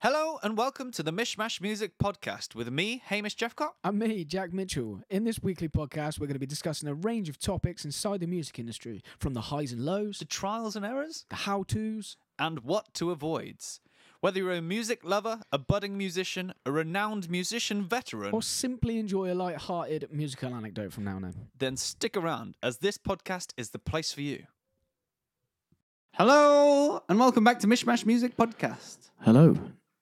Hello and welcome to the Mishmash Music Podcast with me, Hamish Jeffcott. And me, Jack Mitchell. In this weekly podcast, we're going to be discussing a range of topics inside the music industry, from the highs and lows, The trials and errors the how to's, and what to avoid. Whether you're a music lover, a budding musician, a renowned musician veteran, or simply enjoy a light-hearted musical anecdote from now and then. then stick around as this podcast is the place for you. Hello and welcome back to Mishmash Music Podcast, Hello.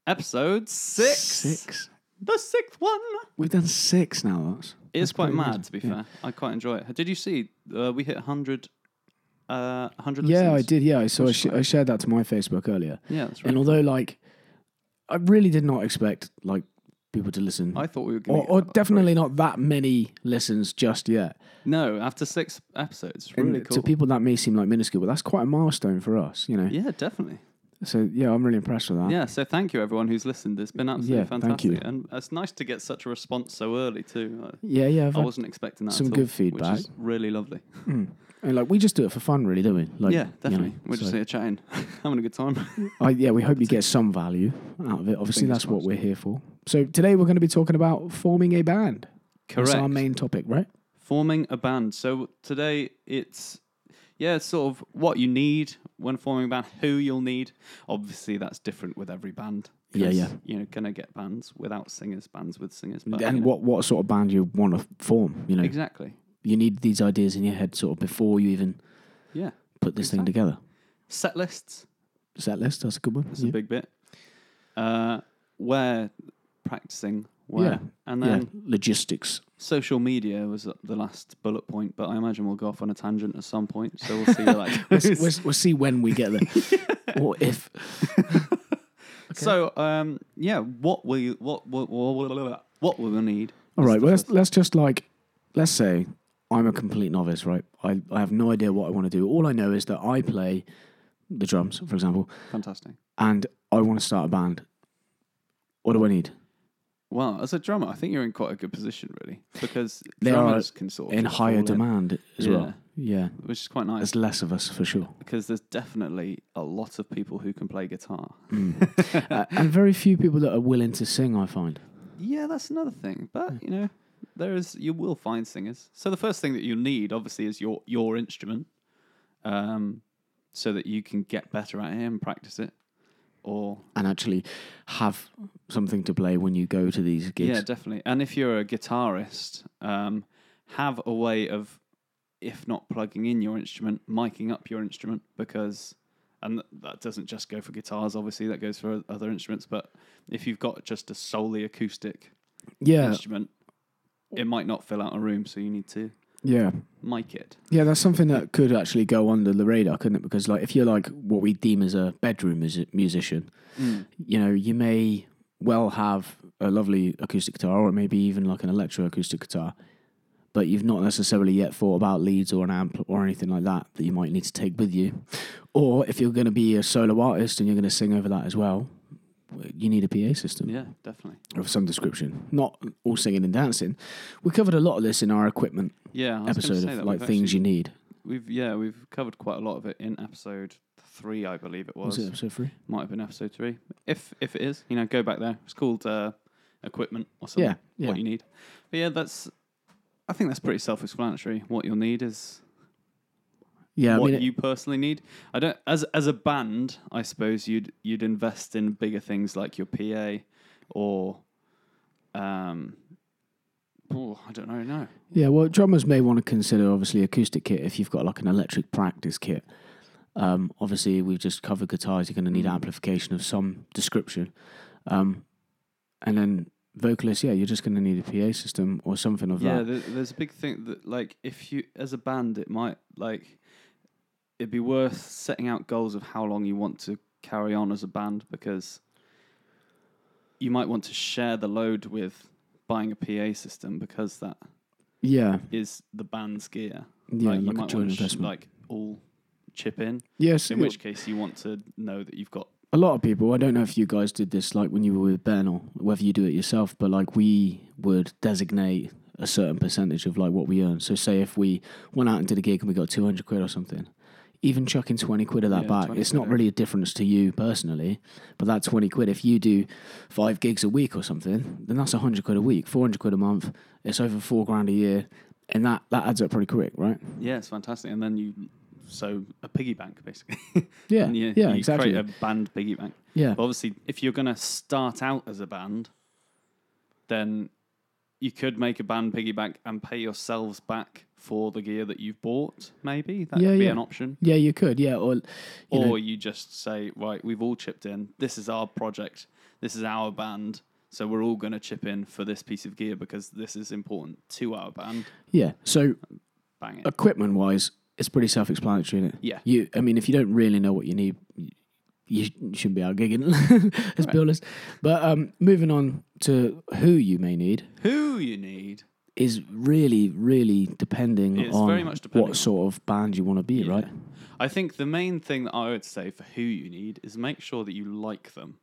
episode six. Six. The sixth one. We've done six now. That's, It is that's quite pretty mad, good. to be Yeah. fair. I quite enjoy it. Did you see uh, we hit 100, uh, 100 Yeah, I listens? did. Yeah, I saw. I, Which is sh- I shared that to my Facebook earlier, Yeah, that's right. and although like, I really did not expect like people to listen, I thought we were going or, to. or definitely not that many listens just yet. No, after six episodes. It's And really cool. To people that may seem like minuscule, but that's quite a milestone for us, you know. yeah, definitely. So yeah, I'm really impressed with that. Yeah, so thank you, everyone who's listened. It's been absolutely Yeah, fantastic. thank you. And it's nice to get such a response so early, too. I, yeah, yeah. I've I had- wasn't expecting that. some at all, good Which feedback. is really lovely. and, like we just do it for fun, really, don't we? Like, yeah, you know, definitely. We're just so- here chatting, having a good time. I, yeah, we hope you get some value out of it. Obviously, Fingers that's what crossed. we're here for. So today we're going to be talking about forming a band. That's our Correct. main topic, right? forming a band. So today it's yeah, it's sort of what you need when forming a band, who you'll need. Obviously, that's different with every band. 'cause, Yeah, yeah. You know, gonna get bands without singers, bands with singers, but you and know, what what sort of band you want to form? You know, exactly? you need these ideas in your head sort of before you even Yeah, put this thing together. set lists. Set list, that's a good one. That's yeah. a big bit. Uh, where practicing where, Yeah, and Yeah, then logistics. social media was the last bullet point. But I imagine we'll go off on a tangent at some point, so we'll see. Where that We'll, goes. we'll, we'll see when we get there, or if. So, um, yeah, what will you, what what what, what will we need? All is right. the Well, let's, first- let's just like, let's say I'm a complete novice, right? I, I have no idea what I want to do. All I know is that I play the drums, for example, fantastic. and I want to start a band. What do I need? Well, as a drummer, I think you're in quite a good position, really, because They are drummers can sort of In just higher fall demand as Yeah. well. Yeah. which is quite nice There's less of us for sure. because there's definitely a lot of people who can play guitar. Uh, and very few people that are willing to sing, I find. Yeah, that's another thing, but you know, there is you will find singers. So the first thing that you need, obviously, is your your instrument, um, so that you can get better at it and practice it, or And actually have something to play when you go to these gigs. Yeah, definitely. And if you're a guitarist, um, have a way of, if not plugging in your instrument, miking up your instrument because, and th- that doesn't just go for guitars. Obviously, that goes for o- other instruments. But if you've got just a solely acoustic Yeah. instrument, it might not fill out a room, so you need to Yeah. mic it. Yeah, that's something that could actually go under the radar, couldn't it? Because like, if you're like what we deem as a bedroom music- musician, you know, you may well have a lovely acoustic guitar, or maybe even like an electro acoustic guitar, but you've not necessarily yet thought about leads or an amp or anything like that that you might need to take with you. Or if you're going to be a solo artist and you're going to sing over that as well, you need a PA system Yeah, definitely. of some description. Not all singing and dancing. We covered a lot of this in our equipment Yeah, I was gonna episode say of that like we've things actually- you need. We've yeah we've covered quite a lot of it in episode three, I believe it Was it episode three? might have been episode three. If if it is, you know, go back there. It's called uh, equipment or something. Yeah, yeah. What you need. But yeah, that's. I think that's pretty self-explanatory. What you'll need is Yeah, I what mean, it- you personally need. I don't as as a band. I suppose you'd you'd invest in bigger things like your PA, or um, oh, I don't know. No, yeah. Well, drummers may want to consider obviously acoustic kit if you've got like an electric practice kit. Um, obviously, we've just covered guitars. You're going to need Mm. amplification of some description, um, and then vocalists. Yeah, you're just going to need a PA system or something of Yeah, that. there, there's a big thing that like if you as a band, it might like it'd be worth setting out goals of how long you want to carry on as a band because you might want to share the load with buying a PA system because that Yeah, is the band's gear. yeah, you like, might a want joint to sh- investment. like all chip in. yes, In which case, you want to know that you've got a lot of people i don't know if you guys did this like when you were with ben or whether you do it yourself but like we would designate a certain percentage of like what we earn so say if we went out and did a gig and we got 200 quid or something even chucking 20 quid of that Yeah, back, 20 it's not quid. really a difference to you personally, but that 20 quid, if you do five gigs a week or something, then that's 100 quid a week, 400 quid a month, it's over four grand a year, and that, that adds up pretty quick, right? Yeah, it's fantastic. And then you, so a piggy bank basically. Yeah, And you- yeah, you exactly. Create a band piggy bank. Yeah, But obviously, if you're going to start out as a band, then you could make a band piggy bank and pay yourselves back for the gear that you've bought. Maybe that Yeah, could be yeah. an option. yeah, you could, yeah, or you or know, you just say, right, we've all chipped in. This is our project. This is our band. So we're all going to chip in for this piece of gear because this is important to our band. yeah. So Bang Uh, it. equipment wise, it's pretty self explanatory, isn't it? Yeah. You, I mean, if you don't really know what you need, you sh- shouldn't be out gigging. Let's be honest. But um, moving on to who you may need Who you need? is really, really depending It's on very much depending on- what sort of band you want to be, right? I think the main thing that I would say for who you need is make sure that you like them.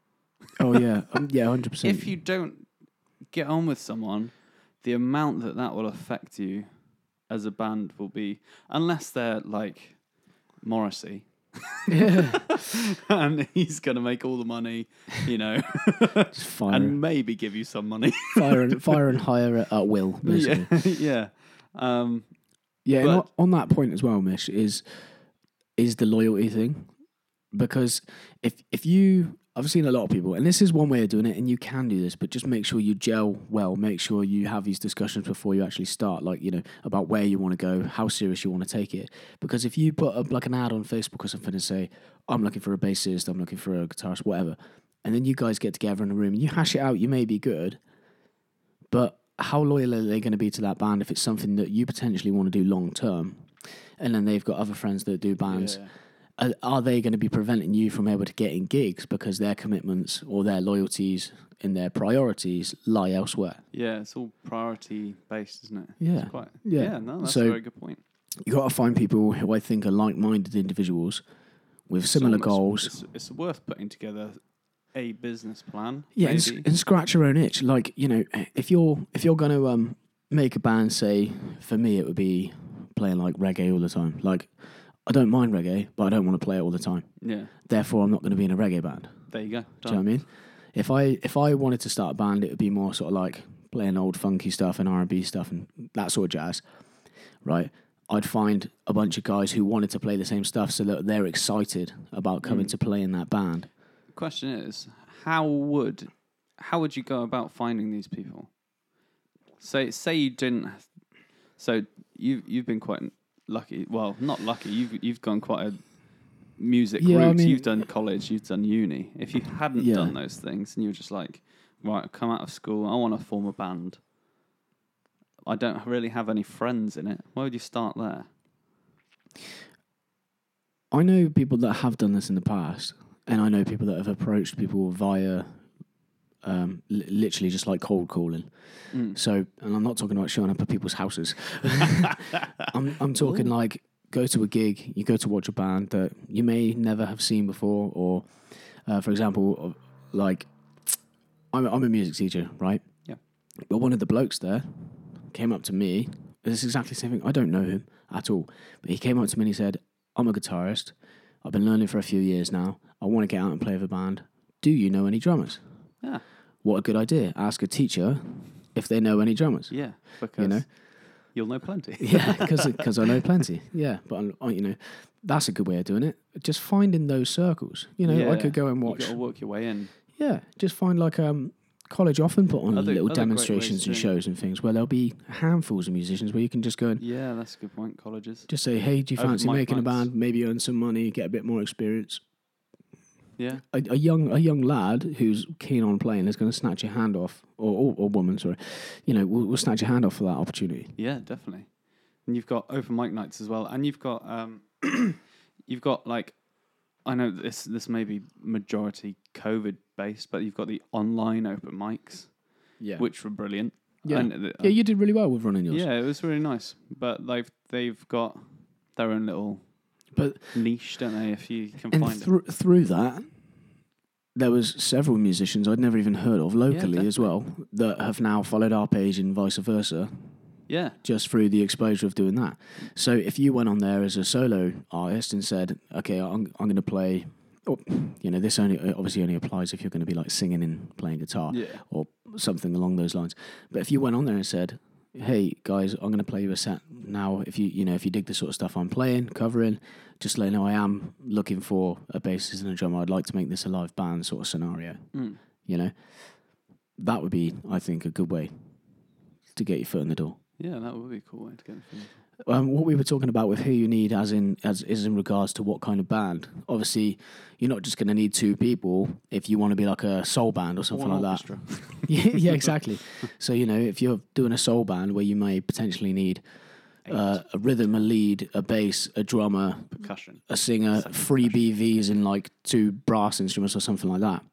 Oh yeah, um, yeah, hundred percent. if you don't get on with someone, the amount that that will affect you as a band will be, unless they're like Morrissey. and he's going to make all the money, you know, Just fire, and maybe give you some money. fire, and, fire and hire at, at will, basically. yeah. yeah. Um, Yeah, and But- on on that point as well, Mish, is is the loyalty thing. Because if if you I've seen a lot of people, and this is one way of doing it, and you can do this, but just make sure you gel well. Make sure you have these discussions before you actually start, like, you know, about where you want to go, how serious you want to take it. Because if you put up like an ad on Facebook or something and say, I'm looking for a bassist, I'm looking for a guitarist, whatever, and then you guys get together in a room and you hash it out, you may be good, but how loyal are they going to be to that band if it's something that you potentially want to do long term and then they've got other friends that do bands yeah. are, are they going to be preventing you from able to getting gigs because their commitments or their loyalties and their priorities lie elsewhere yeah, it's all priority based, isn't it? Yeah. It's quite, Yeah. yeah. no, that's So- a very good point. you got to find people who i think are like-minded individuals with similar So it's- goals It's, it's worth putting together a business plan. Yeah, and, maybe. sc- and scratch your own itch. Like you know, if you're if you're going to um make a band, say for me it would be playing like reggae all the time. Like I don't mind reggae, but I don't want to play it all the time. yeah. Therefore, I'm not going to be in a reggae band. There you go. Do you know what I mean? If I if I wanted to start a band, it would be more sort of like playing old funky stuff and R and B stuff and that sort of jazz, right? I'd find a bunch of guys who wanted to play the same stuff, so that they're excited about coming to play in that band. question is how would how would you go about finding these people say say you didn't so you you've been quite lucky well not lucky you've you've gone quite a music Yeah, I route mean- you've done college you've done uni if you hadn't Yeah. done those things and you were just like right I've come out of school I want to form a band I don't really have any friends in it why would you start there I know people that have done this in the past, and I know people that have approached people via um, li- literally just like cold calling. So, and I'm not talking about showing up at people's houses. I'm, I'm talking like go to a gig, you go to watch a band that you may never have seen before, or uh, for example, like I'm, I'm a music teacher, right? Yeah. But one of the blokes there came up to me. This is exactly the same thing. I don't know him at all. But he came up to me and he said, I'm a guitarist. I've been learning for a few years now. I want to get out and play with a band. Do you know any drummers? yeah What a good idea. Ask a teacher if they know any drummers. yeah because you know? will know plenty Yeah, because I know plenty. Yeah, but I'm, I- you know, that's a good way of doing it. Just finding those circles. You know, I could go and you watch. got to work your way in Yeah, just find like um, college often put on Other- little other great demonstrations ways and to- shows and things where there'll be handfuls of musicians where you can just go and Yeah, that's a good point. Colleges. just say, hey, do you Open fancy mic making a nights. band? Maybe earn some money, get a bit more experience. Yeah, a, a young a young lad who's keen on playing is going to snatch your hand off, or, or, or woman, sorry, you know, will, will snatch your hand off for that opportunity. yeah, definitely. And you've got open mic nights as well, and you've got um, you've got like, I know this this may be majority COVID based, but you've got the online open mics, Yeah, which were brilliant. Yeah. And the- yeah, you did really well with running yours. yeah, it was really nice. But they've they've got their own little but niche, don't they? If you can and find it. thro- through that, there was several musicians I'd never even heard of locally as well that have now followed our page and vice versa. Yeah. just through the exposure of doing that. So if you went on there as a solo artist and said, "Okay, I'm I'm going to play," oh, you know, this only it obviously only applies if you're going to be like singing and playing guitar Yeah. or something along those lines. But if you went on there and said, "Hey guys, I'm going to play you a set now. If you you know if you dig the sort of stuff I'm playing, covering, just let you know I am looking for a bassist and a drummer. I'd like to make this a live band sort of scenario. Mm. You know, that would be I think a good way to get your foot in the door." Yeah, that would be a cool way to get it. um, what we were talking about with who you need as in as is in regards to what kind of band obviously you're not just going to need two people if you want to be like a soul band or something like that. that yeah, yeah exactly so you know if you're doing a soul band where you may potentially need uh, a rhythm a lead a bass a drummer Percussion. a singer three bvs and like two brass instruments or something like that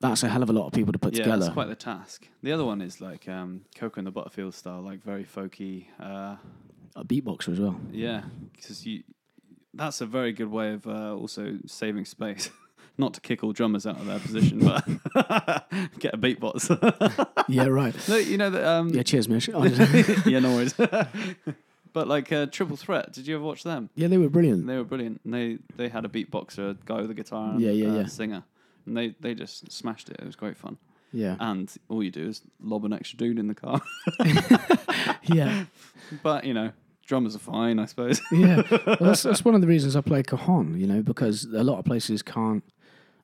that's a hell of a lot of people to put yeah, together that's quite the task. The other one is like um, Coco and the Butterfield style, like very folky. Uh, a beatboxer as well yeah, Mm. because you. That's a very good way of uh, also saving space. Not to kick all drummers out of their position, but get a beatbox. yeah right no, you know that. Um, yeah cheers Mish yeah, no worries. but like uh, Triple Threat, did you ever watch them? yeah they were brilliant They were brilliant. And they they had a beatboxer, a guy with a guitar, and Yeah, yeah, uh, yeah. singer, and they they just smashed it. It was great fun. yeah And all you do is lob an extra dude in the car. Ah. yeah but you know, drummers are fine, I suppose. yeah, well, that's, that's one of the reasons I play cajon, you know, because a lot of places can't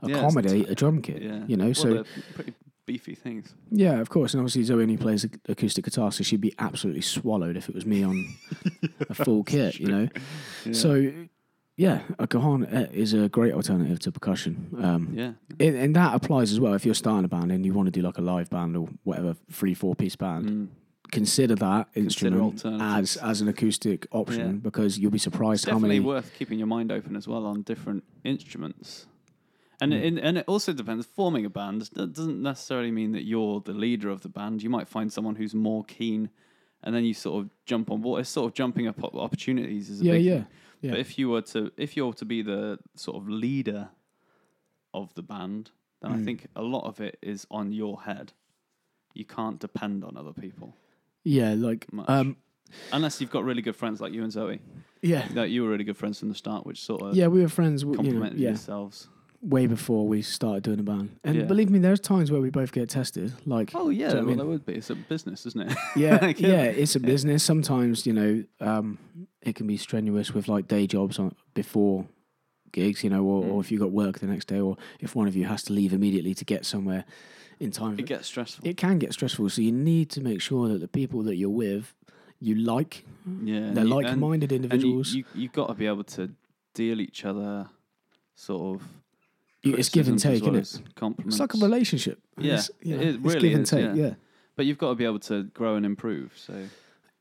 Yeah, it's accommodate a drum kit, yeah, you know. Well, so they're pretty beefy things. yeah, of course, and obviously Zoe only plays ac- acoustic guitar, so she'd be absolutely swallowed if it was me on a full kit, you know. Yeah. So yeah, a cajon uh, is a great alternative to percussion. Um, yeah, and, and that applies as well if you're starting a band and you want to do like a live band or whatever three four piece band Mm. consider that instrument alternatives. as as an acoustic option Yeah. because you'll be surprised it's how definitely many worth keeping your mind open as well on different instruments. And Mm. it, and it also depends. Forming a band that doesn't necessarily mean that you're the leader of the band. You might find someone who's more keen, and then you sort of jump on board. It's sort of jumping up op- opportunities. Is a yeah big yeah thing. yeah. But if you were to, if you're to be the sort of leader of the band, then Hmm. I think a lot of it is on your head. You can't depend on other people Yeah, like much, um, unless you've got really good friends like you and Zoe. yeah, Like you were really good friends from the start, which sort of yeah. We were friends, w- you know, complimented yeah, yourselves. way before we started doing the band. And Yeah. believe me, there's times where we both get tested. Like, Oh yeah, Do you know well what I there mean? would be. It's a business, isn't it? yeah, Like, yeah. yeah. It's a business. Sometimes you know, um, it can be strenuous with like day jobs on before gigs, you know, or, Mm. or if you got work the next day, or if one of you has to leave immediately to get somewhere in time. it gets stressful. it can get stressful, so you need to make sure that the people that you're with, you like. yeah, They're you- and- like-minded and you- individuals. you you have got to be able to deal each other, sort of. You- it's give and criticisms as take, well isn't it? as Compliments. It's like a relationship. Yeah, it's, you know, it it's really give and is, take. yeah. yeah. But you've got to be able to grow and improve. So you've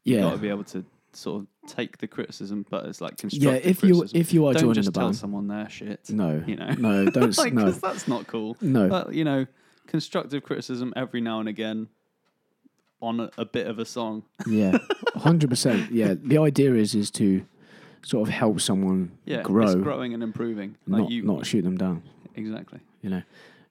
Yeah. got to be able to sort of take the criticism, but it's like yeah, constructive if you criticism. if you are don't joining just the tell band, someone their shit. no, you know. no, don't, s- like, no, 'cause that's not cool. no, But you know, constructive criticism every now and again, on a, a bit of a song. yeah, hundred percent. Yeah, the idea is is to sort of help someone Yeah, it's grow, growing and improving. Like not you, not shoot them down. exactly. You know,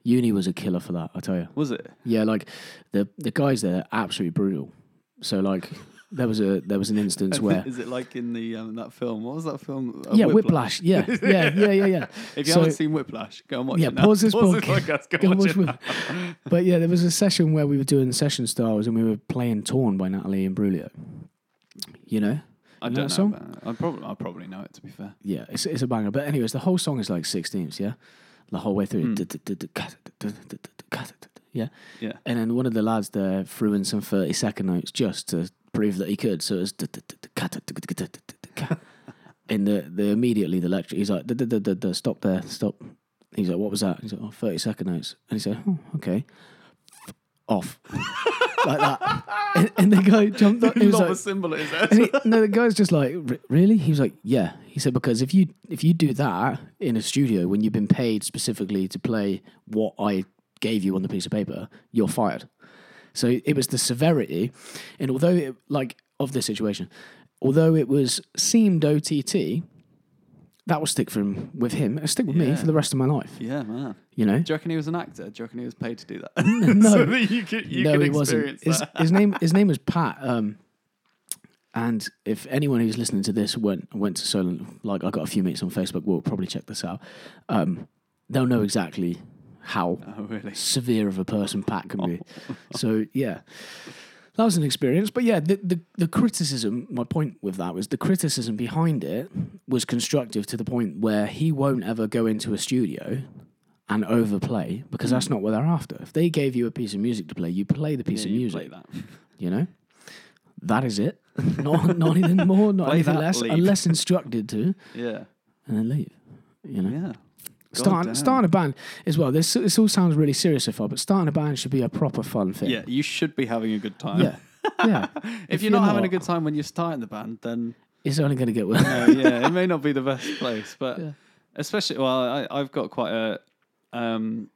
uni was a killer for that. I tell you. Was it? Yeah, like the the guys there, are absolutely brutal. So like, there was a there was an instance where. Is it like in the um, that film? What was that film? Uh, Yeah, Whiplash. Yeah, yeah, yeah, yeah, yeah. If you So- haven't seen Whiplash, go and watch Yeah, it. now. pause this pause podcast. podcast. Go, Go watch, watch it. Whip- But yeah, there was a session where we were doing session styles and we were playing "Torn" by Natalie Imbruglia. You know, I don't know that know. song? about it. I probably I probably know it to be fair. yeah, it's, it's a banger. But anyways, the whole song is like sixteenths, yeah, the whole way through. Yeah, Hmm. Yeah. and then one of the lads there threw in some thirty second notes just to prove that he could. So it's and the the immediately the lecturer he's like "Duh, duh, duh, duh, duh, stop there stop. He's like what was that? He's like oh, 30 second notes and he said oh, okay off like that and, and the guy jumped up. He was Not like, a symbol it is. that? and he, no, the guy's just like, "Re- really? He was like, yeah. He said because if you if you do that in a studio when you've been paid specifically to play what I gave you on the piece of paper, you're fired. So it was the severity, and although it, like of this situation, although it was seemed OTT, that will stick from with him. It'll stick with me Yeah. for the rest of my life. Yeah, man. You know. Do you reckon he was an actor? Do you reckon he was paid to do that? no, so that you could you no, could he experience wasn't. His, that. his name his name was Pat. Um, And if anyone who's listening to this went went to Solent, like I got a few mates on Facebook, will probably check this out. Um, they'll know exactly how Oh, really? severe of a person Pat can be. Oh. so yeah, that was an experience. But yeah, the, the the criticism. My point with that was the criticism behind it was constructive to the point where he won't ever go into a studio and overplay because that's not what they're after. If they gave you a piece of music to play, you play the piece Yeah, of you play music. that. You know, that is it. not not anything more, not Play anything that, less, leave. unless instructed to, Yeah. and then leave. You know. Yeah. Starting, Goddamn. starting a band as well. This this all sounds really serious so far, but starting a band should be a proper fun thing. Yeah, you should be having a good time. yeah, yeah. If, you're, not, having a good time when you're starting the band, then it's only going to get worse. uh, yeah, it may not be the best place. But Yeah. especially, well, I, I've got quite a um,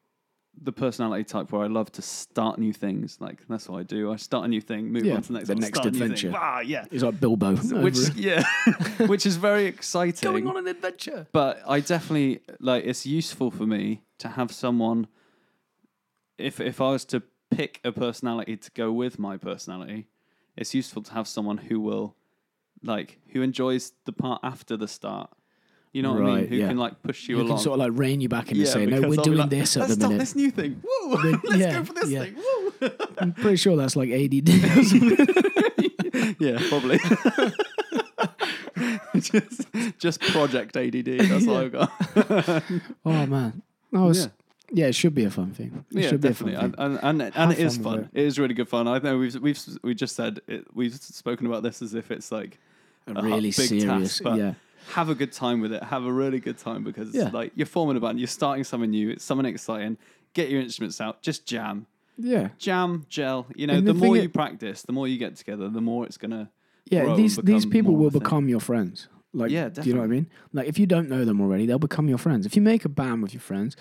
the personality type where I love to start new things. Like that's what I do. I start a new thing, move Yeah, on to the next, the one, next start a new thing. adventure. Ah, yeah. It's like Bilbo, Which yeah, which is very exciting. going on an adventure. but I definitely like it's useful for me to have someone if if I was to pick a personality to go with my personality, it's useful to have someone who will like who enjoys the part after the start. You know what I mean? Right, Who yeah. can like push you You along. can sort of like rein you back in and say, "No, because we're I'll be doing like, this at Let's the start minute." this new thing. Whoa, Then- let's yeah, go for this yeah. thing. Whoa. I'm pretty sure that's like ADD. or something. yeah, probably. just, just project ADD. That's all I've got. oh man, no, it's, yeah. it should be a fun thing. It yeah, should be definitely, a fun thing. and and, and, and Have it is fun with fun. It is really good fun. I know we've we've we just said it, we've spoken about this as if it's like A hard- really big task, serious, but- yeah. have a good time with it. Have a really good time because it's Yeah. like you're forming a band, you're starting something new, it's something exciting. Get your instruments out, just jam, Yeah, jam, gel. You know, And the, the thing more it- you practice, the more you get together, the more it's gonna. grow yeah. and These these become people more will of a thing. become your friends. Like, Yeah, do you know what I mean? Like, if you don't know them already, they'll become your friends. If you make a band with your friends,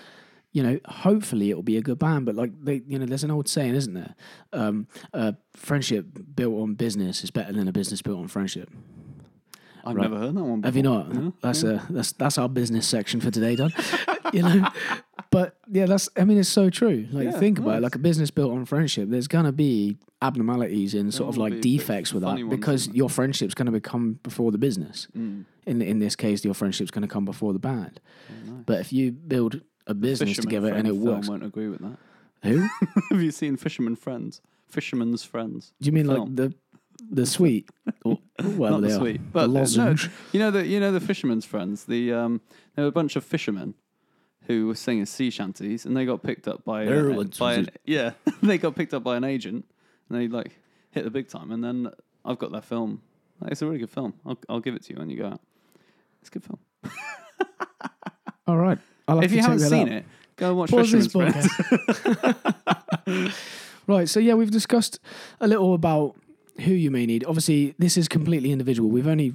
you know, hopefully it'll be a good band. But like, they, you know, there's an old saying, isn't there? Um, uh, friendship built on business is better than a business built on friendship. I've Right. never heard that one. Before. Have you not? No? That's uh that's that's our business section for today, Don. you know, but yeah, that's I mean, it's so true. Like, Yeah, think about it. nice. Like a business built on friendship, there's gonna be abnormalities and There sort of will like be defects with funny that ones, because isn't your friendship's gonna become before the business. Mm. In in this case, your friendship's gonna come before the band. But if you build a business Fisherman together and it Friend film works, won't agree with that. who? Have you seen Fisherman Friends? Fisherman's Friends. Do you mean Film. like the the sweet or whatever Not they the are? sweet, but uh, the no, lozenge. you know the you know the fishermen's friends. The um, there were a bunch of fishermen who were singing sea shanties, and they got picked up by, They're a, ones by with an, yeah, they got picked up by an agent, and they like hit the big time. And then I've got that film. Like, It's a really good film. I'll, I'll give it to you when you go out. It's a good film. All right. I'll have if to you check haven't that seen out. it, go and watch Pause this Fisherman's Friends. podcast. right. So yeah, we've discussed a little about who you may need. Obviously, this is completely individual. We've only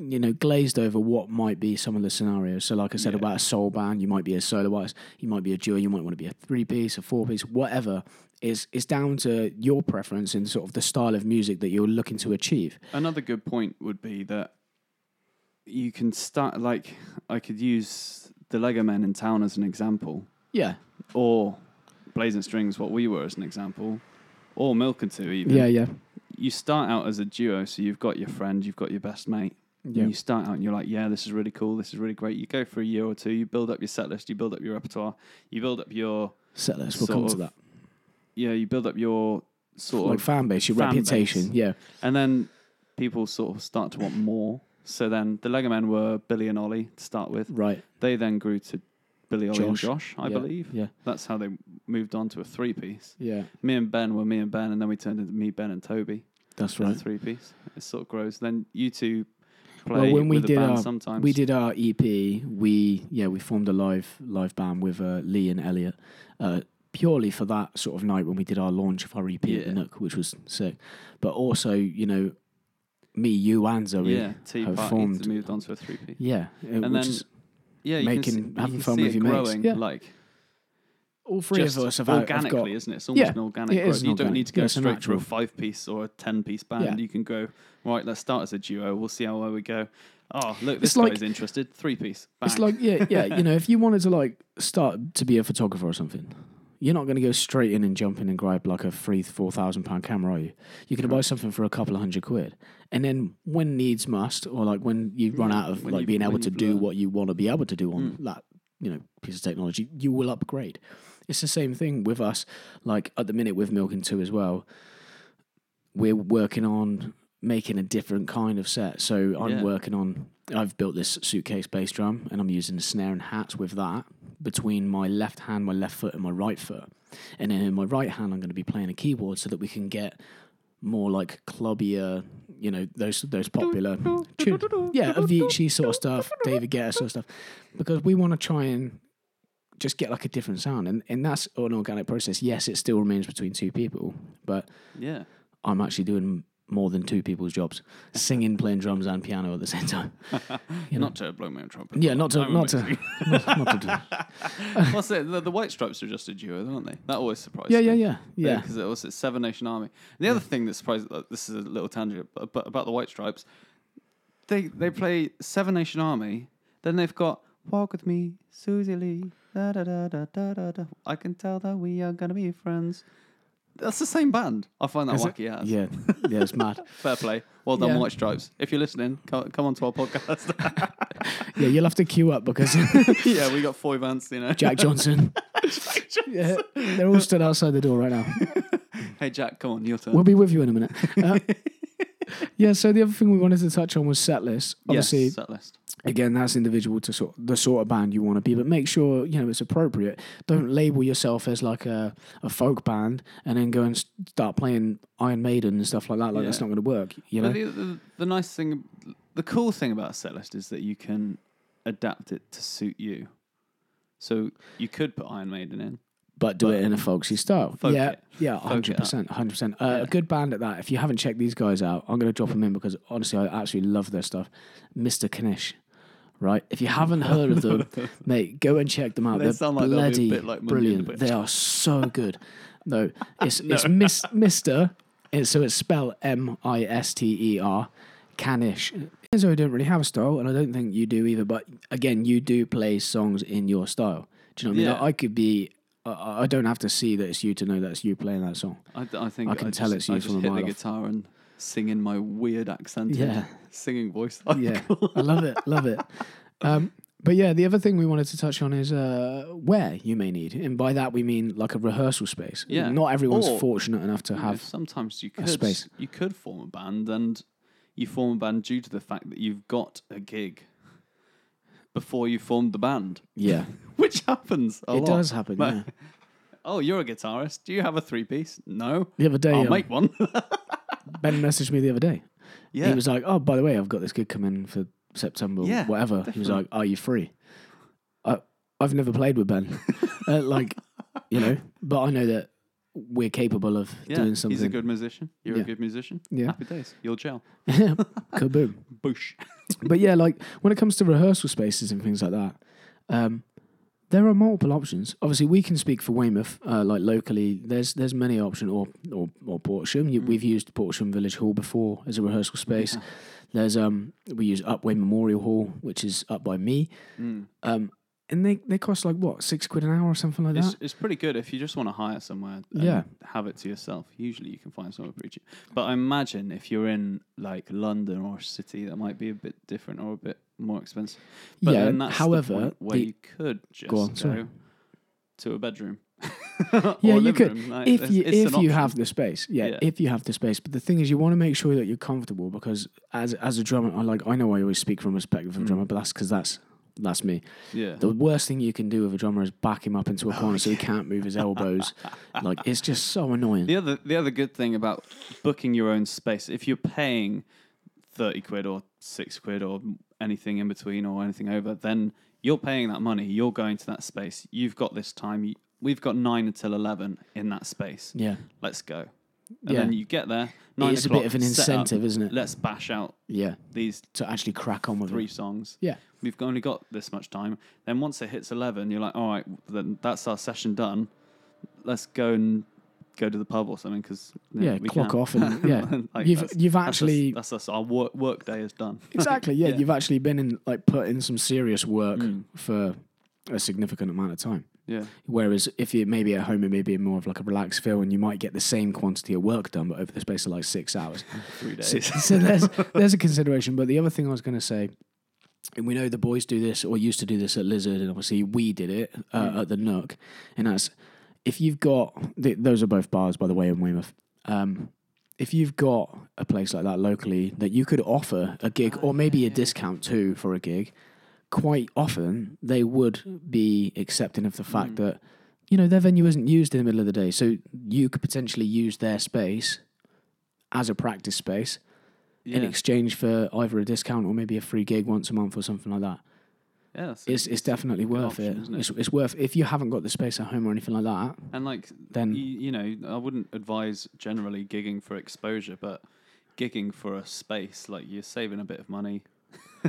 you know glazed over what might be some of the scenarios. So like I said Yeah. about a soul band, you might be a solo artist, you might be a duo, you might want to be a three piece, a four piece, whatever. Is it's down to your preference and sort of the style of music that you're looking to achieve. Another good point would be that you can start like I could use the Lego Men in town as an example. Yeah. or Blazing Strings, what we were as an example, or Milk and Two even. Yeah, yeah. You start out as a duo, so you've got your friend, you've got your best mate. Yeah. And you start out and you're like, yeah, this is really cool, this is really great. You go for a year or two, you build up your set list, you build up your repertoire, you build up your Set list. We'll sort come to of that. yeah, you build up your sort Like of fan base, your fan reputation. base. Yeah. and then people sort of start to want more. So then the Lego Men were Billy and Ollie to start with. Right. They then grew to Billy, Ollie, and Josh. Josh, I Yeah, believe. Yeah. That's how they moved on to a three piece. Yeah. me and Ben were me and Ben, and then we turned into me, Ben, and Toby. That's Right. right. As a three piece. It sort of grows. Then you two play Well, when we with did a band our- sometimes. We did our EP. We yeah, we formed a live live band with uh, Lee and Elliot uh, purely for that sort of night when we did our launch of our EP at the Yeah. Nook, which was sick. But also, you know, me, you, and Zoe. yeah, tea have party formed- moved on to a three piece. yeah. uh, which And then is, Yeah, making- you can see, having you can fun see with it your mates. growing, Yeah. Like all three of just us have organically, Have got, isn't it? It's almost Yeah, an organic it growth. is You don't organic. need to go Yeah, it's a straight to a natural. five piece or a ten piece band. Yeah. You can go right. Let's start as a duo. We'll see how well we go. Oh, look, this It's like- guy's interested. Three piece. It's like yeah, yeah. You know, if you wanted to like start to be a photographer or something, You're not going to go straight in and jump in and grab like a free four thousand pound camera, are you? You're going to buy something for a couple of hundred quid, and then when needs must, or like when you run out of Hmm. when like you- being when able you to do learn. Hmm. what you want to be able to do on that you know piece of technology, you will upgrade. It's the same thing with us. Like at the minute with Milking Two as well, we're working on making a different kind of set. So I'm Yeah. working on. I've built this suitcase bass drum, and I'm using the snare and hats with that between my left hand, my left foot, and my right foot. And then in my right hand, I'm going to be playing a keyboard so that we can get more like clubbier, you know, those those popular tunes. Yeah, Avicii sort of stuff, David Guetta sort of stuff, because we want to try and just get like a different sound, and and that's an organic process. Yes, it still remains between two people, but Yeah. I'm actually doing more than two people's jobs, singing, playing drums, and piano at the same time. You know. Not to blow my own trumpet. Yeah, not to I'm not to, not, not to do. What's it? The, the White Stripes are just a duo, aren't they? That always surprises Yeah, me. yeah, yeah, yeah. Because it was a Seven Nation Army. And the other thing that surprised, uh, this is a little tangent, but, but about the White Stripes, they they play Seven Nation Army, then they've got Walk with Me, Susie Lee, da da da da da da. da. I can tell that we are gonna be friends. That's the same band. I find that wacky ass. Yeah, yeah, it's mad. Fair play. Well done, Yeah. White Stripes. If you're listening, come, come on to our podcast. Yeah, you'll have to queue up because yeah, we got four bands, you know. Jack Johnson. Yeah, they're all stood outside the door right now. Hey, Jack, come on, your turn. We'll be with you in a minute. Uh, yeah. So the other thing we wanted to touch on was set list. Obviously, yes, set list. again that's individual to sort the sort of band you want to be but make sure you know it's appropriate don't label yourself as like a, a folk band and then go and start playing iron maiden and stuff like that like that's Yeah. not going to work you But The, know the, the nice thing, the cool thing about a set list is that you can adapt it to suit you. So you could put Iron Maiden in. but do it in a folksy style Folk yeah it. yeah Folk it up. 100% 100% uh, a good band at that if you haven't checked these guys out i'm going to drop them in because honestly i absolutely love their stuff mr kanish Right, if you haven't heard of them, mate, go and check them out. They They're sound like they'll be a bloody bit like Monday and the brilliant. Witch. They are so good. No, it's it's mis- Mister. It's, so it's spelled M I S T E R. Canish. Enzo don't really have a style, and I don't think you do either. But again, you do play songs in your style. Do you know what I mean? Yeah. Like, I could be. I- I, I don't have to see that it's you to know that it's you playing that song. I, I think I can tell just, it's you I just from a hit the mile off. guitar and sing in my weird accented Yeah. singing voice. I've Yeah, got. I love it, love it. Um, but yeah, the other thing we wanted to touch on is uh, where you may need, and by that we mean like a rehearsal space. Yeah. Oh. not everyone's Or- fortunate enough to You know, have. sometimes you could space. you could form a band and you form a band due to the fact that you've got a gig before you formed the band, Yeah, which happens. A it lot. does happen. But- Yeah. Oh, you're a guitarist. Do you have a three piece? No. The other day, I'll um, make one. Ben messaged me the other day. yeah. He was like, "Oh, by the way, I've got this gig coming for September, Yeah, whatever." He was like, "Are you free?" I, I've never played with Ben, uh, like you know, but I know that we're capable of yeah. doing something. He's a good musician. You're Yeah. a good musician. Yeah. Happy days. You'll gel. Kaboom! Boosh. but yeah, like when it comes to rehearsal spaces and things like that, um, there are multiple options. Obviously, we can speak for Weymouth, uh, like locally. There's there's many options, or or or Portsham. Mm. You, We've used Portsham Village Hall before as a rehearsal space. There's um we use Upway Memorial Hall, which is up by me, Mm. um, and they they cost like what six quid an hour or something like It's, that. it's pretty good if you just want to hire somewhere and Yeah. have it to yourself. Usually you can find somewhere pretty cheap. But I imagine if you're in like London or a city, that might be a bit different or a bit more expensive. But Yeah, then that's the however, point where the- you could just on, go sorry. to a bedroom. Yeah, or you living could room. Like, if it's- you it's an if option. you have the space. Yeah, Yeah. if you have the space. But the thing is, you want to make sure that you're comfortable because as as a drummer, I like I know I always speak from a perspective Mm. of a drummer, but that's because that's that's me. yeah. The worst thing you can do with a drummer is back him up Oh, into a corner so he can't move his elbows. like it's just so annoying. The other the other good thing about booking your own space, if you're paying thirty quid or six quid or anything in between or anything over, then you're paying that money. You're going to that space. You've got this time. You- We've got nine until eleven in that space. Yeah, Let's go. And Yeah. then you get there. Nine it's a o'clock, bit of an set up, incentive, isn't it? Let's bash out yeah, these to actually crack on with three it. songs. Yeah, We've only got this much time. Then once it hits eleven, you're like, all right, then that's our session done. Let's go and go to the pub or something because yeah, clock off and yeah, you've you've actually that's us. Our work, work day is done. exactly yeah, Yeah. Hmm. you've actually been in like put in some serious work for a significant amount of time. Yeah. Whereas if it may be at home, it may be more of like a relaxed feel, and you might get the same quantity of work done, but over the space of like six hours. Three days. so, so there's there's a consideration. But the other thing I was going to say, and we know the boys do this or used to do this at Lizard, and obviously we did it uh, at the Nook, and that's if you've got th- those are both bars by the way in Weymouth. Um, if you've got a place like that locally that you could offer a gig or maybe a discount too for a gig, quite often they would be accepting of the fact that you know their venue isn't used in the middle of the day, so you could potentially use their space as a practice space yeah. in exchange for either a discount or maybe a free gig once a month or something like that. yeah that's it. It's it's definitely worth option, it. isn't it? It's it's worth if you haven't got the space at home or anything like that. and like Then- y- you know, I wouldn't advise generally gigging for exposure, but gigging for a space like you're saving a bit of money.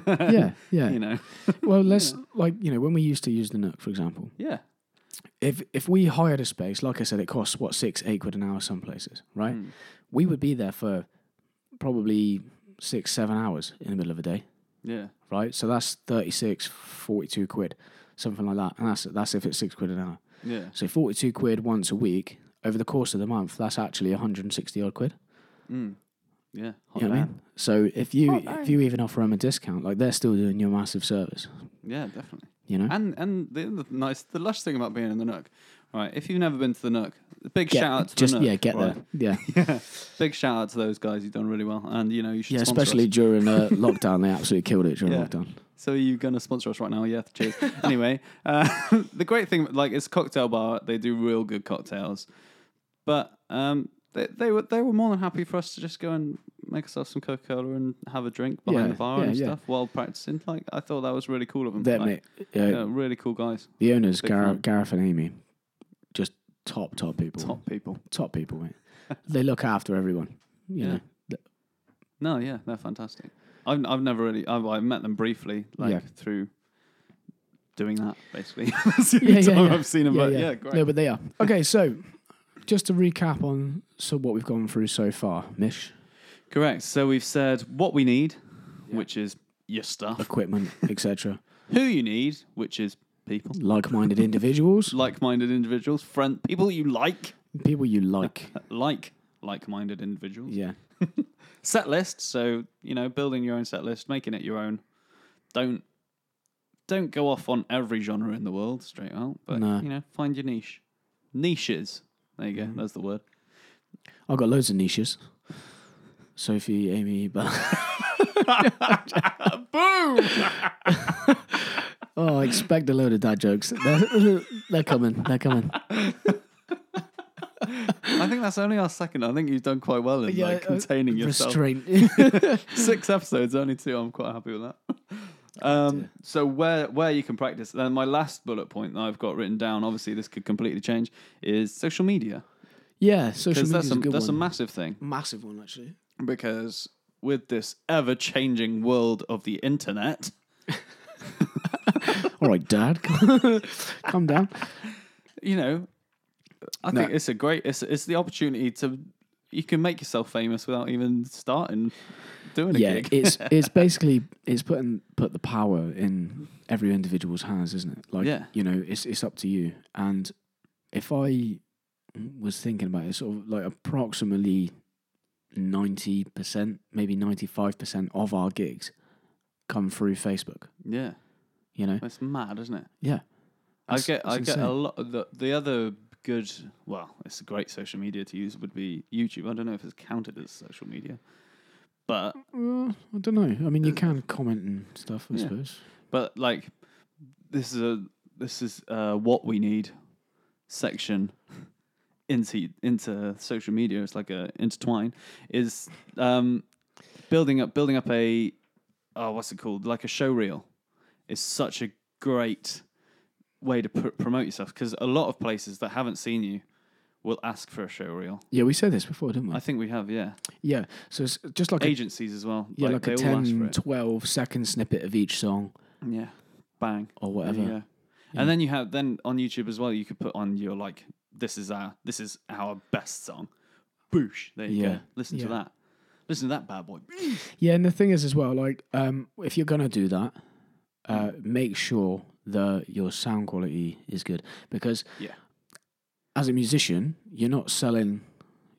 yeah, yeah. You know. Well, let's like you know when we used to use the Nook, for example. Yeah. If if we hired a space, like I said, it costs what six eight quid an hour some places, right? Mm. We would be there for probably six seven hours in the middle of the day. Yeah. right? So that's 36, 42 quid, something like that. And that's, that's if it's six quid an hour. Yeah. So 42 quid once a week over the course of the month, that's actually 160 odd quid. Mm. Yeah. Hot You know what I damn. mean? So if you, Hot damn. if you even offer them a discount, like they're still doing you a massive service, Yeah, definitely. you know? And and the other nice, the lush thing about being in the Nook, right? If you've never been to the Nook, a big Get- shout out to just, the Nook. yeah, get right? there. Yeah. yeah, big shout out to those guys. You've done really well, and you know you should. Yeah, sponsor especially us. during uh, lockdown, they absolutely killed it during Yeah. lockdown. So are you gonna sponsor us right now? Yeah, cheers. anyway, uh, the great thing, like, it's a cocktail bar. They do real good cocktails, but um, they, they were they were more than happy for us to just go and make ourselves some Coca Cola and have a drink behind Yeah, the bar yeah, and yeah. stuff while practicing. Like, I thought that was really cool of them. They're, like, mate, uh, yeah, really cool guys, the owners, big Gar- fan. Gareth and Amy, just top, top people. top people. top people, mate. they look after everyone, you Yeah. know? No, yeah, they're fantastic. I've I've never really I've I met them briefly, like Yeah. through doing that basically. That's the only time I've seen them, but yeah, great. No, but they are. Okay, so just to recap on so what we've gone through so far, Mish, Correct. So we've said what we need, Yeah. which is your stuff. equipment, etc. Who you need, which is people, Like-minded individuals, like-minded individuals, friend, people you like, people you like. like like-minded individuals. Yeah, Set list. So you know, building your own set list, making it your own. Don't don't go off on every genre in the world straight out, but No. Mm-hmm. you know, find your niche. Niches. There you go. That's the word. I've got loads of niches. Sophie, Amy, but Boom. oh, expect a load of dad jokes. They're, they're coming. They're coming. I think that's only our second. I think you've done quite well in like containing yourself. uh, Restraint. Six episodes, only two. I'm quite happy with that. Oh, Um, so where where you can practice. Then my last bullet point that I've got written down. Obviously, this could completely change. Is social media yeah, social because media that's is a, a good that's a one. massive thing. massive one actually. because with this ever changing world of the internet, All right, Dad, calm down. you know, I No. think it's a great it's it's the opportunity to you can make yourself famous without even starting doing a yeah, gig. it's it's basically it's putting put the power in every individual's hands, isn't it? Like Yeah. you know, it's it's up to you. And if I was thinking about it, sort of like approximately ninety percent, maybe ninety five percent of our gigs come through Facebook. yeah, You know, it's mad, isn't it? yeah. I That's- get that's I get a insane. lot of the the other good well, it's a great social media to use would be YouTube. I don't know if it's counted as social media. But Uh, I don't know. I mean, you can comment and stuff, I Mm. Yeah. suppose. but like this is a this is uh what we need section into into social media it's like a intertwine is um building up building up a oh what's it called like a show reel is such a great way to pr- promote yourself because a lot of places that haven't seen you will ask for a show reel Yeah, we said this before, didn't we? i think we have yeah yeah. So it's just like a, agencies as well yeah, like, a they all ask for 10, it. 12 second snippet of each song yeah bang or There whatever. you go. And then you have then on YouTube as well. You could put on your like this is our this is our best song. Boosh! There you go. Yeah. Listen to Yeah. that. Listen to that bad boy. Yeah, and the thing is as well, like, um, if you're gonna do that, uh, make sure the your sound quality is good because Yeah. as a musician, you're not selling,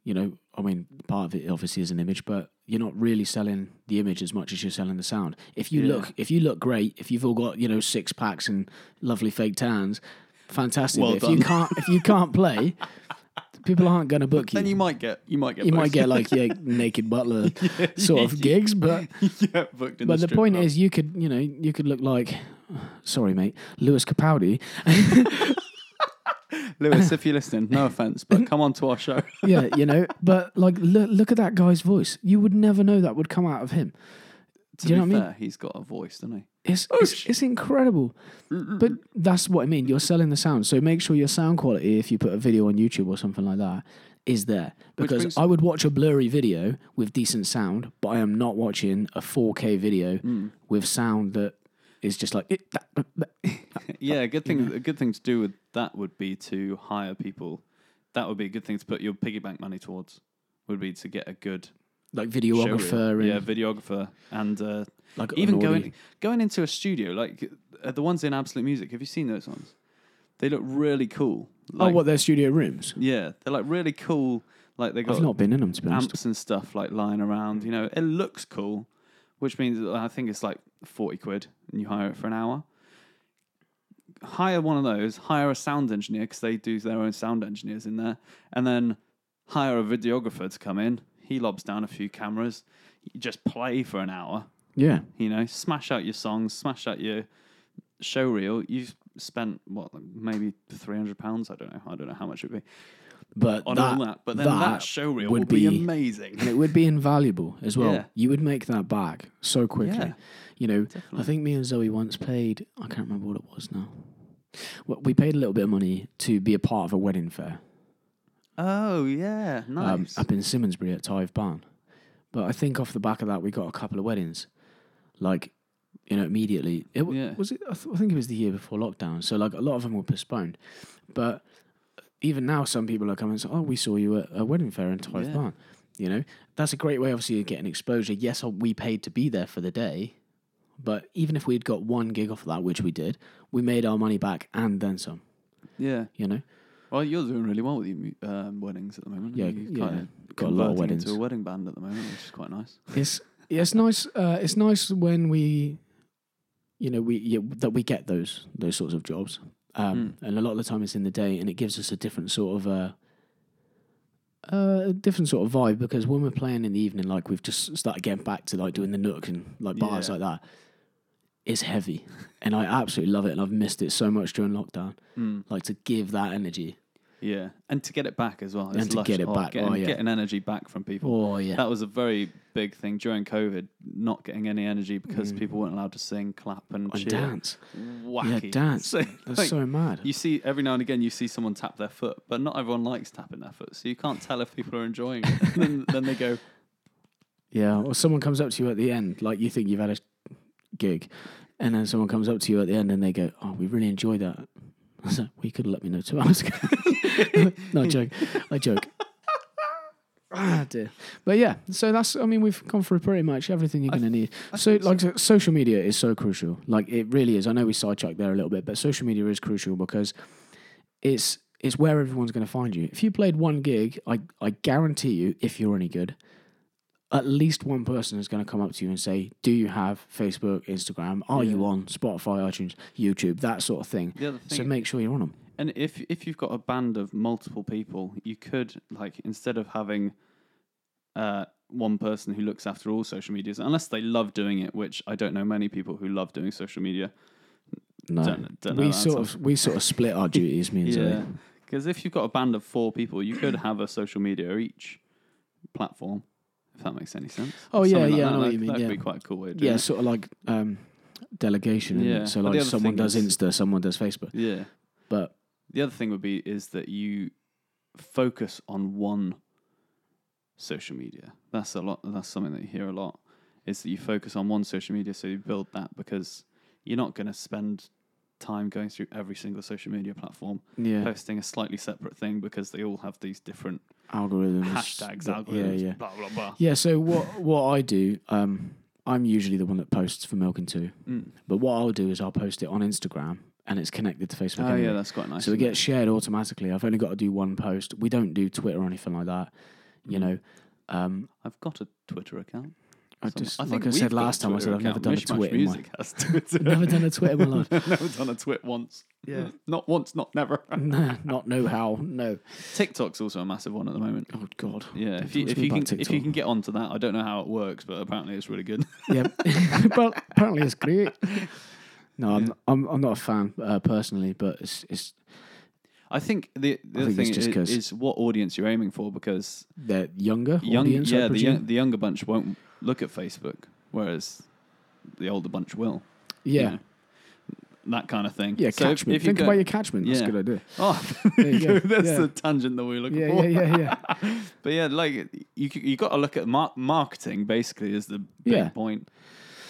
you know, I mean, part of it obviously is an image, but you're not really selling the image as much as you're selling the sound. If you Yeah. look, if you look great, if you've all got you know six packs and lovely fake tans, fantastic. Well but if you done. can't, if you can't play, people aren't going to book you. Then you might get you might get you might both. get like yeah, naked butler sort of gigs, but you get booked in but the, strip point club. is, you could, you know, you could look like, sorry, mate, Lewis Capaldi. Lewis, if you're listening, no offense, but come on to our show. yeah, you know, but like, look, look at that guy's voice. You would never know that would come out of him. to you be know what I mean? fair, he's got a voice, doesn't he? It's it's, it's incredible. But that's what I mean. You're selling the sound, so make sure your sound quality, if you put a video on YouTube or something like that, is there. Because brings- I would watch a blurry video with decent sound, but I am not watching a 4K video Mm. with sound that is just like. eh, Yeah, a good thing. A good thing to do with that would be to hire people. That would be a good thing to put your piggy bank money towards. Would be to get a good Like showreel. videographer and yeah, videographer, and uh, like even an going audio- going into a studio like uh, the ones in Absolute Music. Have you seen those ones? They look really cool. oh, Like, what their studio rooms? Yeah, they're like really cool. Like they I've got not been in them to be honest. amps and stuff like lying around. You know, it looks cool, which means that I think it's like forty quid, and you hire it for an hour. Hire one of those. Hire a sound engineer because they do their own sound engineers in there, and then hire a videographer to come in. He lobs down a few cameras. You just play for an hour. Yeah, You know, smash out your songs, smash out your showreel. You've spent what, maybe three hundred pounds? I don't know. I don't know how much it'd be but on that, all that. But then that, that showreel would would be, be- amazing. and it would be invaluable as well. Yeah. You would make that back so quickly. Yeah, you know, I definitely. think me and Zoe once played. I can't remember what it was now. Well, we paid a little bit of money to be a part of a wedding fair Oh yeah, nice. um, up in Simmonsbury at Tive Barn. But I think off the back of that, we got a couple of weddings. Like, you know, immediately. It w- Yeah. was it. I, th- I think it was the year before lockdown. So like a lot of them were postponed. But even now, some people are coming and say, "Oh, we saw you at a wedding fair in Tive Yeah. Barn." You know, that's a great way, obviously, of getting exposure. Yes, uh, we paid to be there for the day, but even if we'd got one gig off of that, which we did, we made our money back and then some. yeah. You know, Well, you're doing really well with your mu- um, weddings at the moment. Yeah, You've yeah, kinda got a lot of converting weddings. Into a wedding band at the moment, which is quite nice. it's it's nice. Uh, it's nice when we, you know, we yeah, that we get those those sorts of jobs, um, and a lot of the time it's in the day, and it gives us a different sort of uh, uh, a different sort of vibe because when we're playing in the evening, like we've just started getting back to like doing the nook and like bars Yeah. like that. It's heavy, and I absolutely love it, and I've missed it so much during lockdown. Like to give that energy. Hmm. Yeah, and to get it back as well. And it's to lush get it hot, back, getting, oh, yeah. getting energy back from people. Oh yeah, That was a very big thing during COVID. Not getting any energy because people weren't allowed to sing, clap, and, Mm. and cheer. dance. Wacky. Yeah, dance. So, That's like, so mad. You see every now and again, you see someone tap their foot, but not everyone likes tapping their foot, so you can't tell if people are enjoying it. And then, then they go, Yeah, or someone comes up to you at the end, like you think you've had a gig, and then someone comes up to you at the end and they go, "Oh, we really enjoyed that." I was like, "Well, you could have let me know two hours ago." no I joke, I joke. ah dear, but yeah. So that's. I mean, we've gone through pretty much everything you're going to need. So, like, so- social media is so crucial. Like, it really is. I know we sidetracked there a little bit, but social media is crucial because it's it's where everyone's going to find you. If you played one gig, I I guarantee you, if you're any good, at least one person is going to come up to you and say, "Do you have Facebook, Instagram? Are you on Spotify, iTunes, YouTube, that sort of thing?" The other thing so make sure you're on them. And if if you've got a band of multiple people, you could like instead of having uh, one person who looks after all social medias, unless they love doing it, which I don't know many people who love doing social media. No, Don't- don't know we that sort answer. of we sort of split our duties, me and Zoe. because if you've got a band of four people, you could have a social media each platform, if that makes any sense. Oh, yeah, Something yeah, I that. know what That- you mean, That'd yeah. be quite a cool way. Of doing Yeah, it. sort of like um, delegation. isn't Yeah, it? So but the like other someone thing does is- Insta, someone does Facebook, yeah. but The other thing would be is that you focus on one social media. That's a lot. That's something that you hear a lot. Is that you focus on one social media, so you build that because you're not going to spend time going through every single social media platform, yeah, posting a slightly separate thing because they all have these different algorithms, hashtags, but- algorithms, Mm. yeah, yeah, blah blah blah. yeah. So what what I do, um, I'm usually the one that posts for Milk and Two, Mm. but what I'll do is I'll post it on Instagram and it's connected to Facebook. Oh yeah, anyway. that's quite nice. So it isn't gets shared automatically. I've only got to do one post. We don't do Twitter or anything like that. You Mm. know, um, I've got a Twitter account. I Some- just think like I said we've got a last time, I Twitter said I've never account. done a Mishmash Twitter. In my, Music has Twitter. never done a Twitter in my life. never done a twit once. Yeah. Not once, not never. No, not know how. No. TikTok's also a massive one at the moment. Oh God. Yeah, Don't if you, talk to if me you can about if you TikTok. can get onto that, I don't know how it works, but apparently it's really good. yeah, but apparently it's great. No, I'm, I'm I'm not a fan uh, personally, but it's it's I think the the I other think thing it's just is, 'cause- is what audience you're aiming for because they're younger young audience. I yeah the, presume. young, the younger bunch won't look at Facebook, whereas the older bunch will. you yeah, know, that kind of thing. yeah. So if- catchment. if you Think go- about your catchment. That's Yeah. a good idea. Oh, There you go. that's Yeah. the tangent that we were looking Yeah, for. yeah, yeah, yeah. But yeah, like you c- you got to look at mar- marketing basically is the big Yeah. point.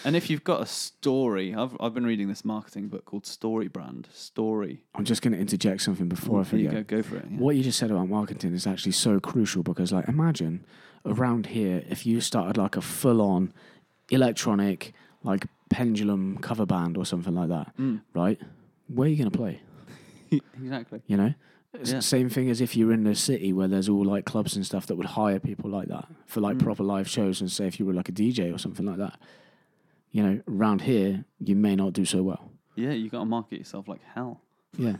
And if you've got a story, I've I've been reading this marketing book called Story Brand Story. I'm just going to interject something before Oh, I There you forget. go, go for it. yeah. What you just said about marketing is actually so crucial because, like, imagine around here if you started like a full-on electronic, like pendulum cover band or something like that, Mm. right? Where are you going to play? exactly. You know, it's Yeah. the same thing as if you're in a city where there's all like clubs and stuff that would hire people like that for like Mm. proper live shows and say if you were like a DJ or something like that. You know, around here you may not do so well. Yeah, you got to market yourself like hell. Yeah.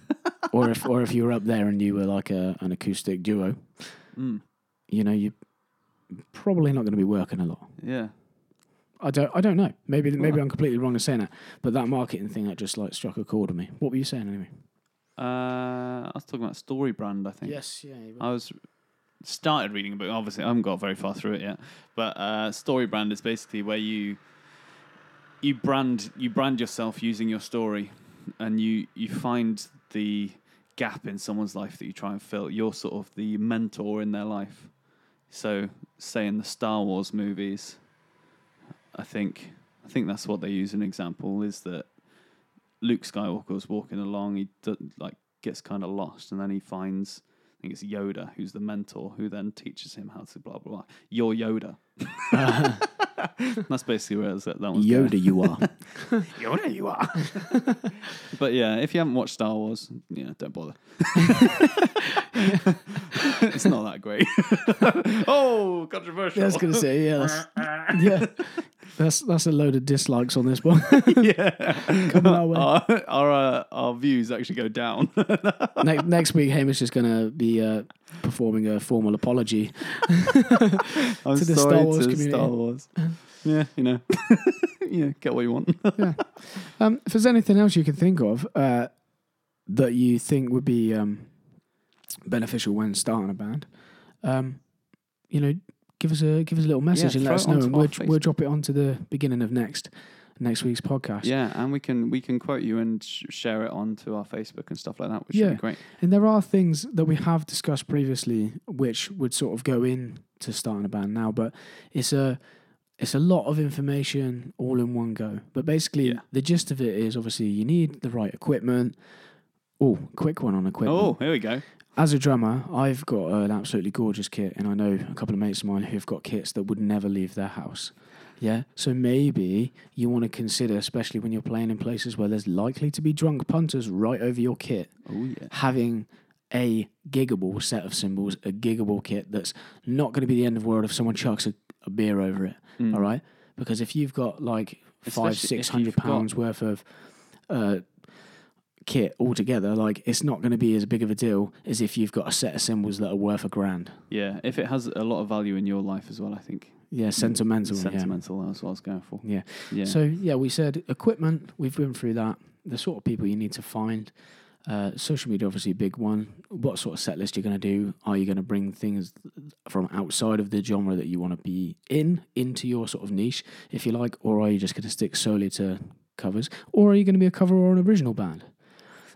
or if or if you were up there and you were like a, an acoustic duo, Mm. you know, you're probably not going to be working a lot. Yeah. I don't I don't know. Maybe maybe I'm completely wrong in saying that, but that marketing thing that just like struck a chord with me. What were you saying anyway? Uh, I was talking about Story Brand. I think. Yes, yeah. I was started reading a book. Obviously, I haven't got very far through it yet. But uh, story brand is basically where you you brand you brand yourself using your story, and you you find the gap in someone's life that you try and fill. You're sort of the mentor in their life. So, say in the Star Wars movies, I think I think that's what they use an example is that Luke Skywalker's walking along. He d- like gets kind of lost, and then he finds I think it's Yoda who's the mentor who then teaches him how to blah blah blah. You're Yoda. That's basically where it's at, that one's Uh-huh. Yoda you are. Going. Yoda, you are. but yeah, if you haven't watched Star Wars, yeah, don't bother. it's not that great. oh, controversial. Yeah, I was gonna say, yeah, that's, yeah, that's that's a load of dislikes on this one. yeah. Coming our way. Our our, uh, our views actually go down. ne- next week, Hamish is gonna be uh, performing a formal apology. I'm To sorry the Star Wars to community. Star Wars. yeah, you know. yeah, get what you want. Um, if there's anything else you can think of uh, that you think would be um, beneficial when starting a band, um, you know, give us a give us a little message and throw let us it know, onto and our we'll, Facebook. we'll drop it onto the beginning of next next week's podcast. Yeah, and we can we can quote you and sh- share it onto our Facebook and stuff like that, which would Yeah. be great. And there are things that we have discussed previously which would sort of go in to starting a band now, but it's a it's a lot of information all in one go. But basically Yeah. the gist of it is obviously you need the right equipment. Oh, quick one on equipment. Oh, here we go. As a drummer, I've got an absolutely gorgeous kit, and I know a couple of mates of mine who've got kits that would never leave their house. Yeah. So maybe you want to consider, especially when you're playing in places where there's likely to be drunk punters right over your kit, Oh yeah. having a giggable set of cymbals, a giggable kit that's not going to be the end of the world if someone chucks a, a beer over it. All right. Because if you've got like five, Hmm. Especially if six hundred you've got- pounds worth of uh, kit altogether, like it's not going to be as big of a deal as if you've got a set of cymbals that are worth a grand. Yeah, if it has a lot of value in your life as well, I think Yeah, sentimental. yeah. sentimental. That's what I was going for. Yeah. Yeah. So yeah, we said equipment. We've been through that. The sort of people you need to find. Uh, social media, obviously, a big one. What sort of set list you're going to do? Are you going to bring things from outside of the genre that you want to be in into your sort of niche, if you like, or are you just going to stick solely to covers, or are you going to be a cover or an original band?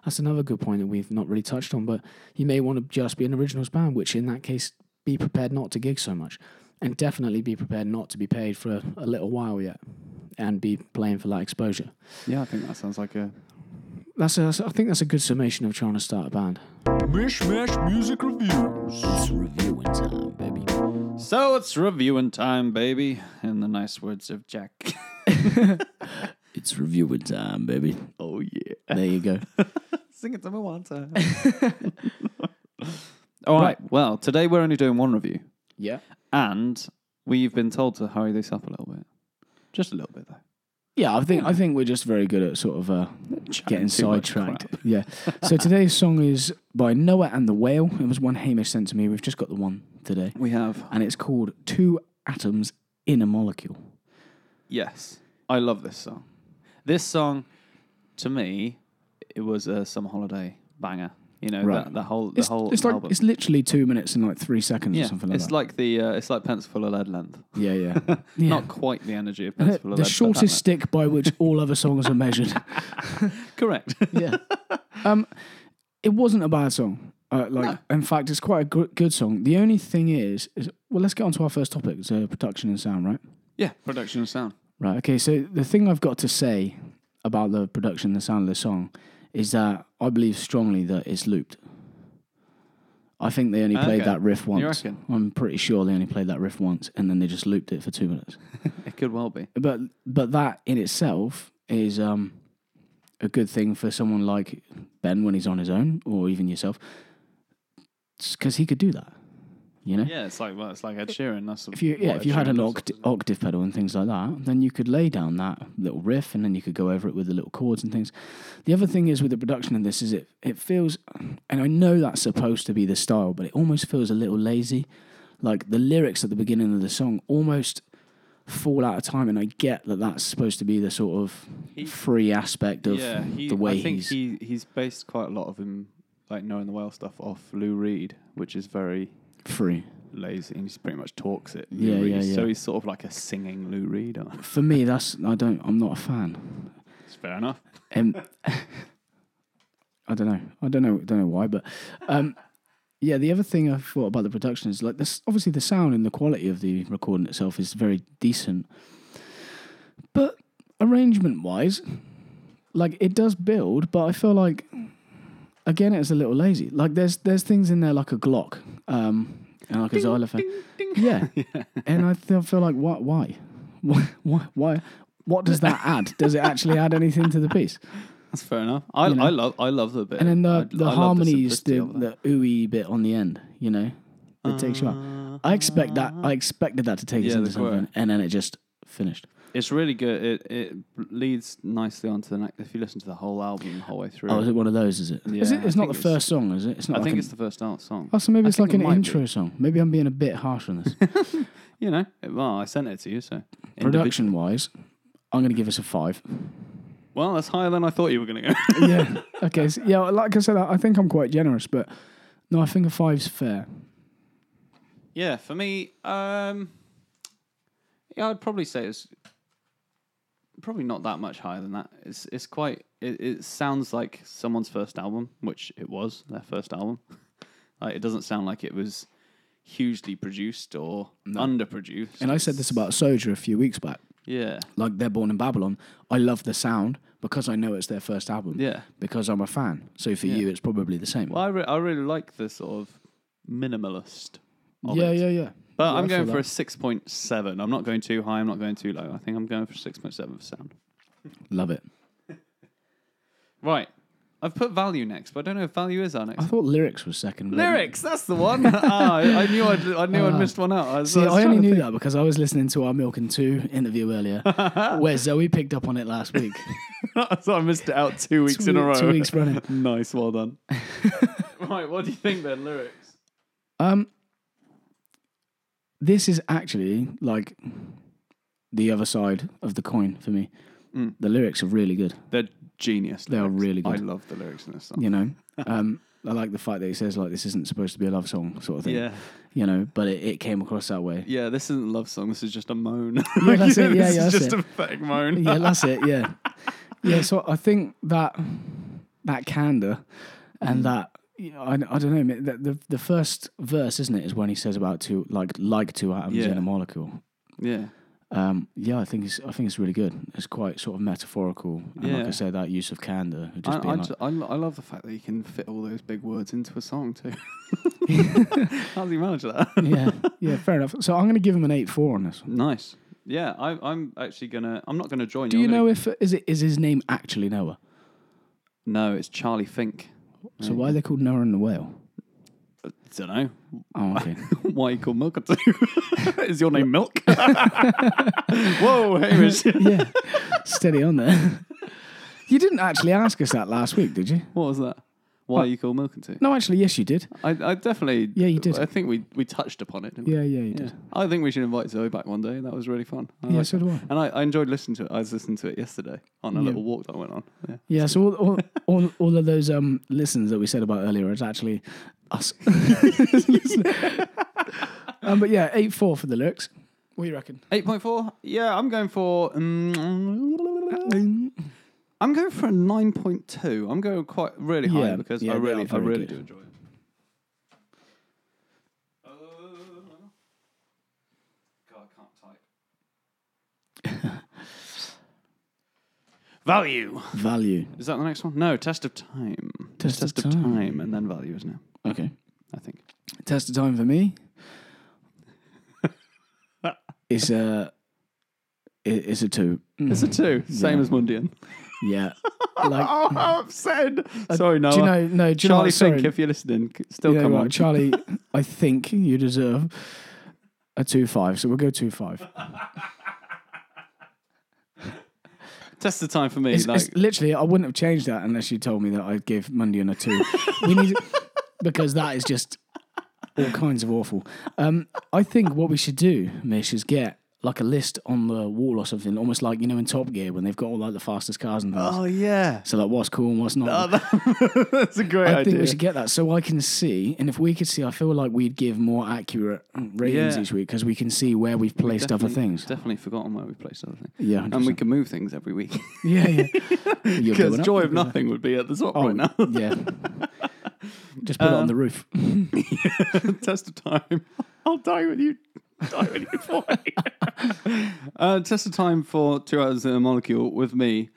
That's another good point that we've not really touched on, but you may want to just be an originals band, which in that case, be prepared not to gig so much, and definitely be prepared not to be paid for a, a little while yet and be playing for that exposure. yeah, I think that sounds like a That's a, I think that's a good summation of trying to start a band. Mishmash Music Reviews. It's reviewing time, baby. So it's reviewing time, baby, in the nice words of Jack. It's reviewing time, baby. Oh yeah. There you go. Sing it to me one time. All right. Well, today we're only doing one review, yeah. and we've been told to hurry this up a little bit, just a little bit though. Yeah, I think I think we're just very good at sort of uh, getting too much sidetracked. Yeah. So today's song is by Noah and the Whale. It was one Hamish sent to me. We've just got the one today, We have and it's called Two Atoms in a Molecule. yes. I love this song. This song, to me, it was a summer holiday banger. You know Right. that the whole the It's, whole it's like album. it's literally two minutes and like three seconds yeah, or something like it's that. like the uh, it's like pencil of lead length. yeah, yeah. Yeah. Not quite the energy of Uh, pencil of lead. but the that shortest stick by which all other songs are measured. length. Correct. yeah. Um, it wasn't a bad song. Uh, like, in fact, it's quite a gr- good song. The only thing is, is, well, let's get on to our first topic. It's uh, production and sound, right? yeah. Production and sound. Right. Okay. So the thing I've got to say about the production and the sound of the song is that I believe strongly that it's looped. I think they only played Ah, Okay. that riff once. reckon? I'm pretty sure they only played that riff once, and then they just looped it for two minutes. It could well be. but but that in itself is um, a good thing for someone like Ben when he's on his own, or even yourself, because he could do that. You know, Yeah, it's like well, it's like Ed Sheeran. That's if you yeah, if you had an oct- octave pedal and things like that, then you could lay down that little riff, and then you could go over it with the little chords and things. The other thing is with the production of this is it it feels, and I know that's supposed to be the style, but it almost feels a little lazy. Like the lyrics at the beginning of the song almost fall out of time, and I get that that's supposed to be the sort of He- free aspect of yeah, he, the way I think he's. he he's based quite a lot of him like knowing the whale stuff off Lou Reed, which is very Free. lazy and he just pretty much talks it. Lou Yeah, Reed. yeah, So yeah. he's sort of like a singing Lou Reed. aren't For me, that's I don't. I'm not a fan. he? It's fair enough. Um, I don't know. I don't know. Don't know why, but um, yeah. The other thing I thought about the production is like this. Obviously, the sound and the quality of the recording itself is very decent, but arrangement-wise, like it does build. But I feel like again, it's a little lazy. Like there's there's things in there like a Glock um, and like a xylophone. Yeah. and I th- feel like why why why why. why what does that add? Does it actually add anything to the piece? That's fair enough. I, I love I love the bit. And then I- the, the I love harmonies, simplicity the, of that. the, ooey bit on the end, you know, that takes you Uh, out. I expect that. I expected that to take us Yeah, into the choir. something, and then it just finished. It's really good. It it leads nicely onto the next. If you listen to the whole album the whole way through, Oh, is it one of those? Is it? Is Yeah, it I it's not think the it's- first song, is it? It's I not. like think an- it's the first dance song. Oh, so maybe I it's like think an it might be. intro song. Maybe I'm being a bit harsh on this. You know, it- well, I sent it to you, so Individ- Production wise, I'm going to give us a five. Well, that's higher than I thought you were going to go. yeah. Okay. So, yeah. Like I said, I I think I'm quite generous, but no, I think a five's fair. Yeah, for me, um, yeah, I'd probably say it's probably not that much higher than that. It's it's quite. It, it sounds like someone's first album, which it was their first album. Like it doesn't sound like it was hugely produced or underproduced. And I said this about Soldier a few weeks back. yeah, like they're born in Babylon. I love the sound because I know it's their first album. yeah. Because I'm a fan. So for you, it's probably the same. Well, I, re- I really like the sort of minimalist. Of yeah, it. yeah, yeah. But Yeah, I'm I going feel for a six point seven. I'm not going too high. I'm not going too low. I think I'm going for six point seven for sound. Love it. Right. I've put value next, but I don't know if value is our next. I thought lyrics was second. wasn't it? Lyrics, that's the one. ah, I, I knew I'd, I knew I'd missed one out. I was, Ah. I See, was I trying only to knew think- that because I was listening to our Milk and Two interview earlier, where Zoe picked up on it last week. so I missed it out two weeks two, in a row. two weeks running. nice, well done. right, what do you think then, lyrics? Um, this is actually like the other side of the coin for me. Mm. The lyrics are really good. They're genius. They are really good. I love the lyrics in this song. You know, um, I like the fact that he says like this isn't supposed to be a love song sort of thing. Yeah, you know, but it, it came across that way. yeah. This isn't a love song. This is just a moan. Yeah, that's it. This Yeah, is yeah, that's just it. a pathetic moan. yeah, that's it. Yeah, yeah. So I think that that candor and that you know, I, I don't know the, the the first verse isn't it is when he says about two like like two atoms in Yeah. a molecule. Yeah, Um, yeah, I think it's I think it's really good. It's quite sort of metaphorical, and like Yeah. I said, that use of candor, of just I, being I, like, ju- I, lo- I love the fact that you can fit all those big words into a song too. How does he manage that? yeah, yeah, fair enough. So I'm going to give him an eight four on this. Nice. Yeah, I, I'm actually gonna. I'm not gonna join Do you. you I'm gonna- know if is it is his name actually Noah? No, it's Charlie Fink. So why are they called Noah and the whale? don't know. Oh, okay. Why you call milk a two? Is your name Milk? Whoa, Hamish. yeah, steady on there. you didn't actually ask us that last week, did you? What was that? Why you call milk and two? No, actually, yes, you did. I, I definitely. Yeah, you did. I think we we touched upon it. Didn't we? Yeah, yeah, you Yeah. did. I think we should invite Zoe back one day. That was really fun. I Yeah, liked so it. do I. And I, I enjoyed listening to it. I was listening to it yesterday on a Yeah. little walk that I went on. Yeah. Yeah, so all all, all, all of those um listens that we said about earlier is actually us. um, but yeah, eight four for the lyrics. What do you reckon? Eight point four. Yeah, I'm going for. Um, I'm going for a nine point two. I'm going quite really high Yeah, because yeah, I they really, are I very really good. do enjoy it. Uh, God, I can't type. Value. Value. Is that the next one? No, test of time. Test of of time. time, and then value, isn't it? Okay. I think. Test of time for me. it's a. it- It's a two. It's a two, same as Mundian. Yeah. Like Oh, how upset! Sorry, no. Uh, Do you know? No, do you know Charlie what? Sorry. Fink, if you're listening, c- still You Oh, know come what, on. Charlie. I think you deserve a two five. So we'll go two five. Test of time for me. It's, like, it's literally, I wouldn't have changed that unless you told me that I'd give Mundian a two. we need because that is just all kinds of awful. Um, I think what we should do, Mish, is get like a list on the wall or something, almost like you know in Top Gear when they've got all like the fastest cars and things. oh yeah, So like, what's cool and what's not. that's a great I idea. think we should get that so I can see, and if we could see, I feel like we'd give more accurate ratings Yeah. each week because we can see where we've placed other Definitely- things. Definitely forgotten where we placed other things. Yeah, And we 100%. can move things every week yeah, yeah. You're because going up. joy of nothing would be at the top Oh, right now. yeah. Just put it on the roof. test of time. I'll die with you. Die with you, boy. uh, test of time for two hours in a molecule with me.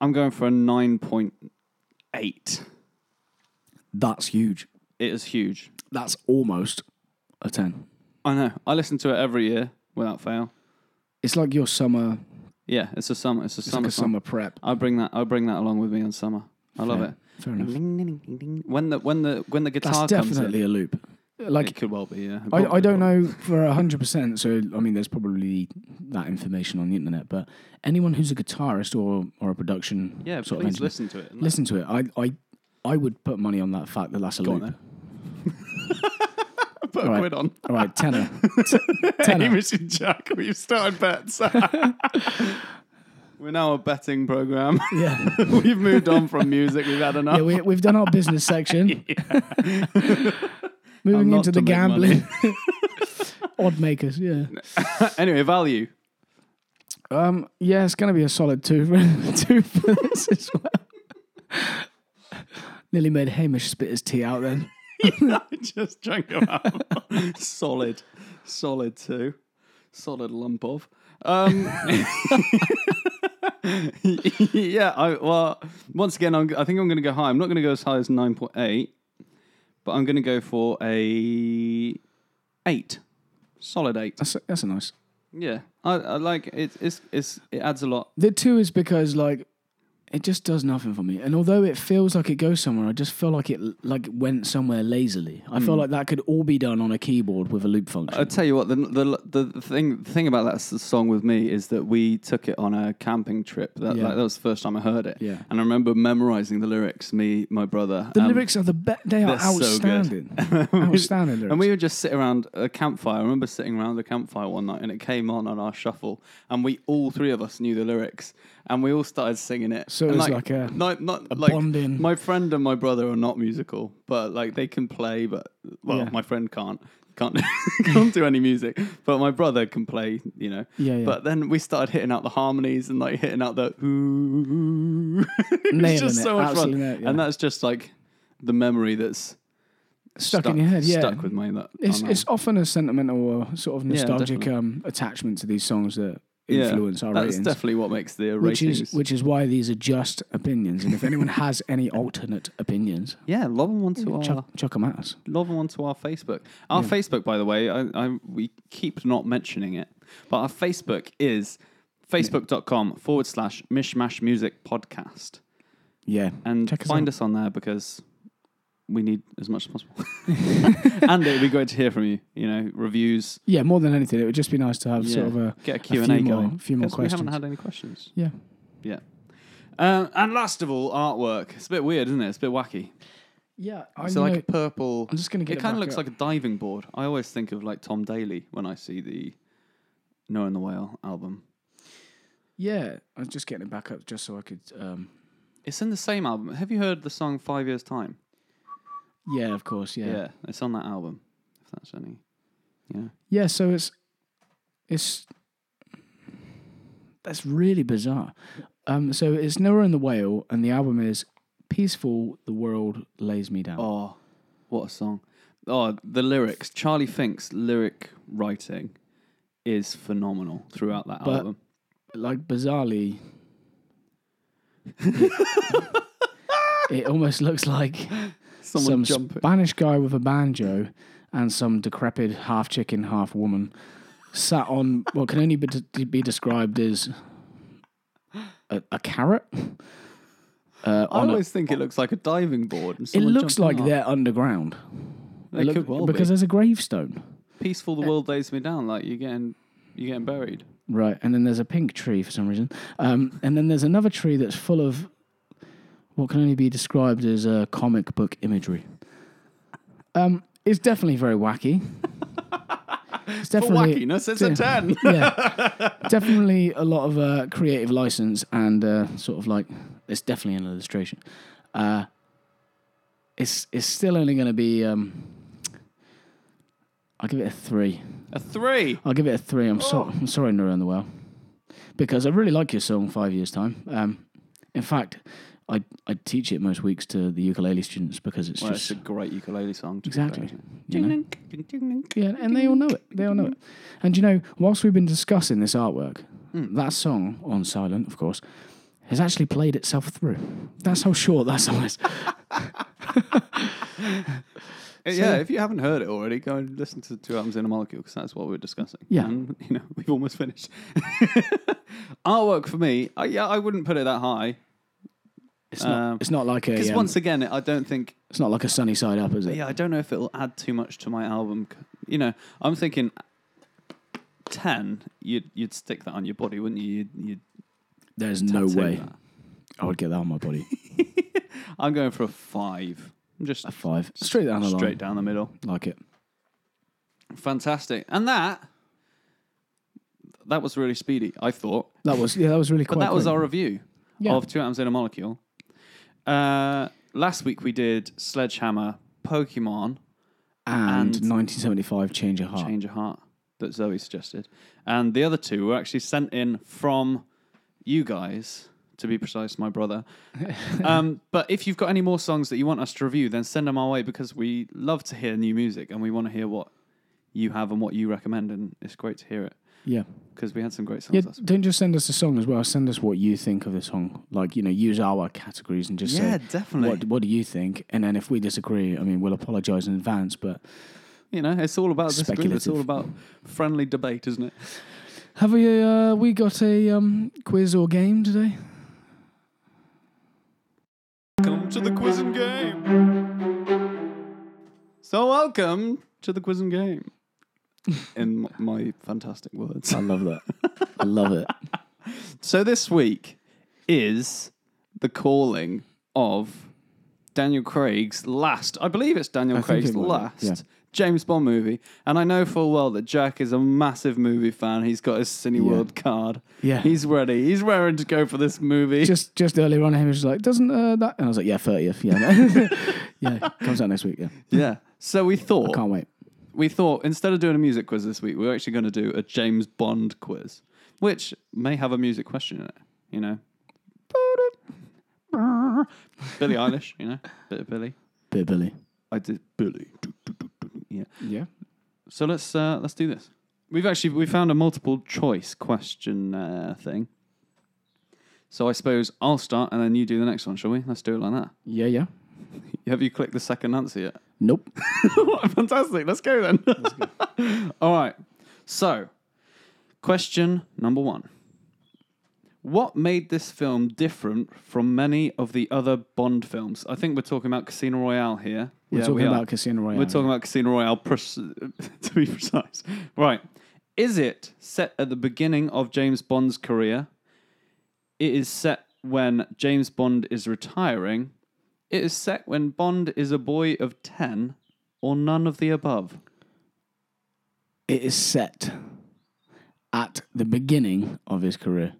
I'm going for a nine point eight. That's huge. It is huge. That's almost a ten. I know. I listen to it every year without fail. It's like your summer, Yeah, it's a summer. It's a it's summer. like a song. summer prep. I bring that. I bring that along with me on summer. I love Fair- it. Fair enough. Ding, ding, ding, ding. When the when the when the That's guitar comes in, definitely a loop. it Like could well be. Yeah, I, I don't know for hundred percent. So I mean, there's probably that information on the internet. But anyone who's a guitarist or or a production Yeah, sort of please engineer, listen to it. and listen to it. I I I would put money on that fact that that's a Go on loop. then. Put a All right. quid on. All right, tenor, T- tenor. Hamish and Jack, we've started bets. We're now a betting program. yeah. we've moved on from music. We've had enough. Yeah, we, we've done our business section. And Moving not into to the make gambling. Odd makers, yeah. anyway, value. Um, yeah, it's going to be a solid two for, two for this as well. Nearly made Hamish spit his tea out then. I just drank them out. solid, solid two, solid lump of. Um, yeah. I, well, once again, I'm, I think I'm going to go high. I'm not going to go as high as nine point eight, but I'm going to go for a eight, solid eight. That's, that's a nice. Yeah, I, I like it. It's, it's it adds a lot. The two is because, like, it just does nothing for me. And although it feels like it goes somewhere, I just feel like it like it went somewhere lazily. I feel like that could all be done on a keyboard with a loop function. I tell you what, the the the the thing the thing about that s- song with me is that we took it on a camping trip. That Yeah. like, that was the first time I heard it. Yeah. and I remember memorizing the lyrics. Me, my brother. the um, lyrics are the best. They are they're so good. outstanding. outstanding lyrics. And we would just sit around a campfire. I remember sitting around the campfire one night, and it came on on our shuffle, and we all three of us knew the lyrics, and we all started singing it. So it And, was like a- not, not like bonding- My friend and my brother are not musical, but like they can play, but well, Yeah. my friend can't can't can't do any music, but my brother can play, you know. Yeah, yeah. But then we started hitting out the harmonies and like hitting out the ooh. Nailing it's just it, so much fun, absolutely nailed it, yeah. and that's just like the memory that's stuck, in your head. Yeah, stuck with me. That It's on that it's often a sentimental or sort of nostalgic definitely. um, attachment to these songs that Yeah, influence our that's ratings. definitely what makes the which ratings. is which is why these are just opinions, and if anyone has any alternate opinions, yeah, love them onto our chuck, chuck 'em at us. love them onto our Facebook. Our Facebook, by the way, I, I we keep not mentioning it, But our Facebook is facebook.com forward slash mishmash music podcast. Yeah. And Check us find out. us on there because we need as much as possible. and it would be great to hear from you. You know, reviews. Yeah, more than anything, it would just be nice to have Yeah. sort of a Get a few Q&A more- going. a few more Guess We haven't questions. had any questions. yeah. Um, and last of all, artwork. It's a bit weird, isn't it? It's a bit wacky. Yeah, I It's know. like a purple. I'm just gonna get It it kind of back looks up. like a diving board. I always think of like Tom Daly when I see the No and the Whale album. yeah, I was just getting it back up just so I could. Um, It's in the same album. Have you heard the song Five Years Time? yeah, of course. Yeah. yeah, it's on that album. If that's any. Yeah. So it's it's that's really bizarre. Um, so it's Noah and the Whale, and the album is "Peaceful." The world lays me down. Oh, what a song! Oh, the lyrics. Charlie Fink's lyric writing is phenomenal throughout that But- album. Like bizarrely, it almost looks like Someone some jumping. Spanish guy with a banjo and some decrepit half chicken, half woman sat on what can only be, be described as a, a carrot. Uh, I on a, always think it looks like a diving board. and it someone looks like jumping off. they're underground. They It look- could well be. because there's a gravestone. peaceful. The world lays me down. Like you're getting, you're getting buried. Right. And then there's a pink tree for some reason. Um, and then there's another tree that's full of what can only be described as uh, comic book imagery. Um, it's definitely very wacky. It's For definitely, wackiness, it's a ten. yeah, definitely a lot of uh, creative license and uh, sort of like it's definitely an illustration. Uh, it's it's still only going to be. Um, I'll give it a three. a three. I'll give it a three. I'm Oh. sorry. I'm sorry, Nora and the Well, because I really like your song. Five years time. Um, in fact, I I teach it most weeks to the ukulele students because it's Well, it's just a great ukulele song. to be fair, exactly. isn't it? you know? Yeah, and they all know it. They all know it. And you know, whilst we've been discussing this artwork, Hmm. that song on silent, of course, has actually played itself through. That's how short that song is. Uh, yeah, if you haven't heard it already, go and listen to Two Atoms in a Molecule because that's what we were discussing. Yeah. and, you know, we've almost finished. Artwork for me, I, yeah, I wouldn't put it that high It's not. Um, it's not like because a. um, once again, I don't think. it's not like a sunny side up, is it? Yeah, I don't know if it'll add too much to my album. c- You know, I'm thinking ten. You'd you'd stick that on your body, wouldn't you? You'd, you'd There's no tattoo way that. I would get that on my body. I'm going for a five. I'm just A five, straight down the line. straight down the middle. Like it. Fantastic, and that that was really speedy. I thought. That was yeah. That was really. Quite But that was quick. our review Yeah. of Two Atoms in a Molecule. Uh, last week we did Sledgehammer, Pokemon, and, and- 1975 change of heart. Change of Heart that Zoe suggested. And the other two were actually sent in from you guys, to be precise, my brother. um, but if you've got any more songs that you want us to review, then send them our way because we love to hear new music and we want to hear what you have and what you recommend. And it's great to hear it Yeah. because we had some great songs Yeah, last week. don't just send us a song as well. Send us what you think of the song. Like, you know, use our categories and just Yeah, say, definitely. What, what do you think? And then if we disagree, I mean, we'll apologise in advance. But You know, it's all about this group. It's all about Speculative. friendly debate, isn't it? have we uh, we got a um, quiz or game today? Welcome to the quiz and game. So welcome to the quiz and game. In m- my fantastic words. I love that. I love it. So this week is the calling of Daniel Craig's last. I believe it's Daniel I think Craig's it might be, last yeah. James Bond movie, and I know full well that Jack is a massive movie fan. He's got his Cineworld card. Yeah. he's ready. He's raring to go for this movie. Just just earlier on, he was like, doesn't uh, that? And I was like, yeah, 30th. Yeah. yeah. Comes out next week. Yeah. yeah. So we thought Can't wait. we thought instead of doing a music quiz this week, we were actually going to do a James Bond quiz, which may have a music question in it. You know, Billie Eilish. You know, bit of Billy. Bit of Billy. I did Billy. Yeah. Yeah. So let's uh, let's do this. We've actually we found a multiple choice question uh, thing. So I suppose I'll start and then you do the next one, shall we? Let's do it like that. Yeah. Yeah. Have you clicked the second answer yet? Nope. Fantastic. Let's go then. All right. So, Question number one What made this film different from many of the other Bond films? I think we're talking about Casino Royale here. We're Yeah, talking we are. about Casino Royale. We're talking about Casino Royale, pres- to be precise. Right. Is it set at the beginning of James Bond's career? It is set when James Bond is retiring. It is set when Bond is a boy of 10 or none of the above. It is set at the beginning of his career.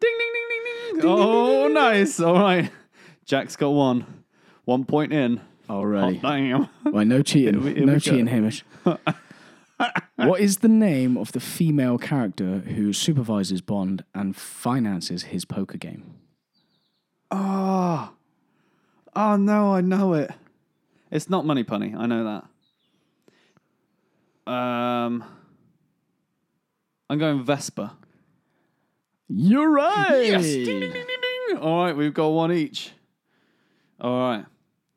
Ding, ding, ding, ding, ding. oh, nice. All right. Jack's got one. One point in. Already. Hot damn. Why no cheating? we- Oh, here no we go. cheating, Hamish. what is the name of the female character who supervises Bond and finances his poker game? Oh. Oh no, I know it. It's not money punny, I know that. Um I'm going Vesper. You're right. Alright, we've got one each. Alright.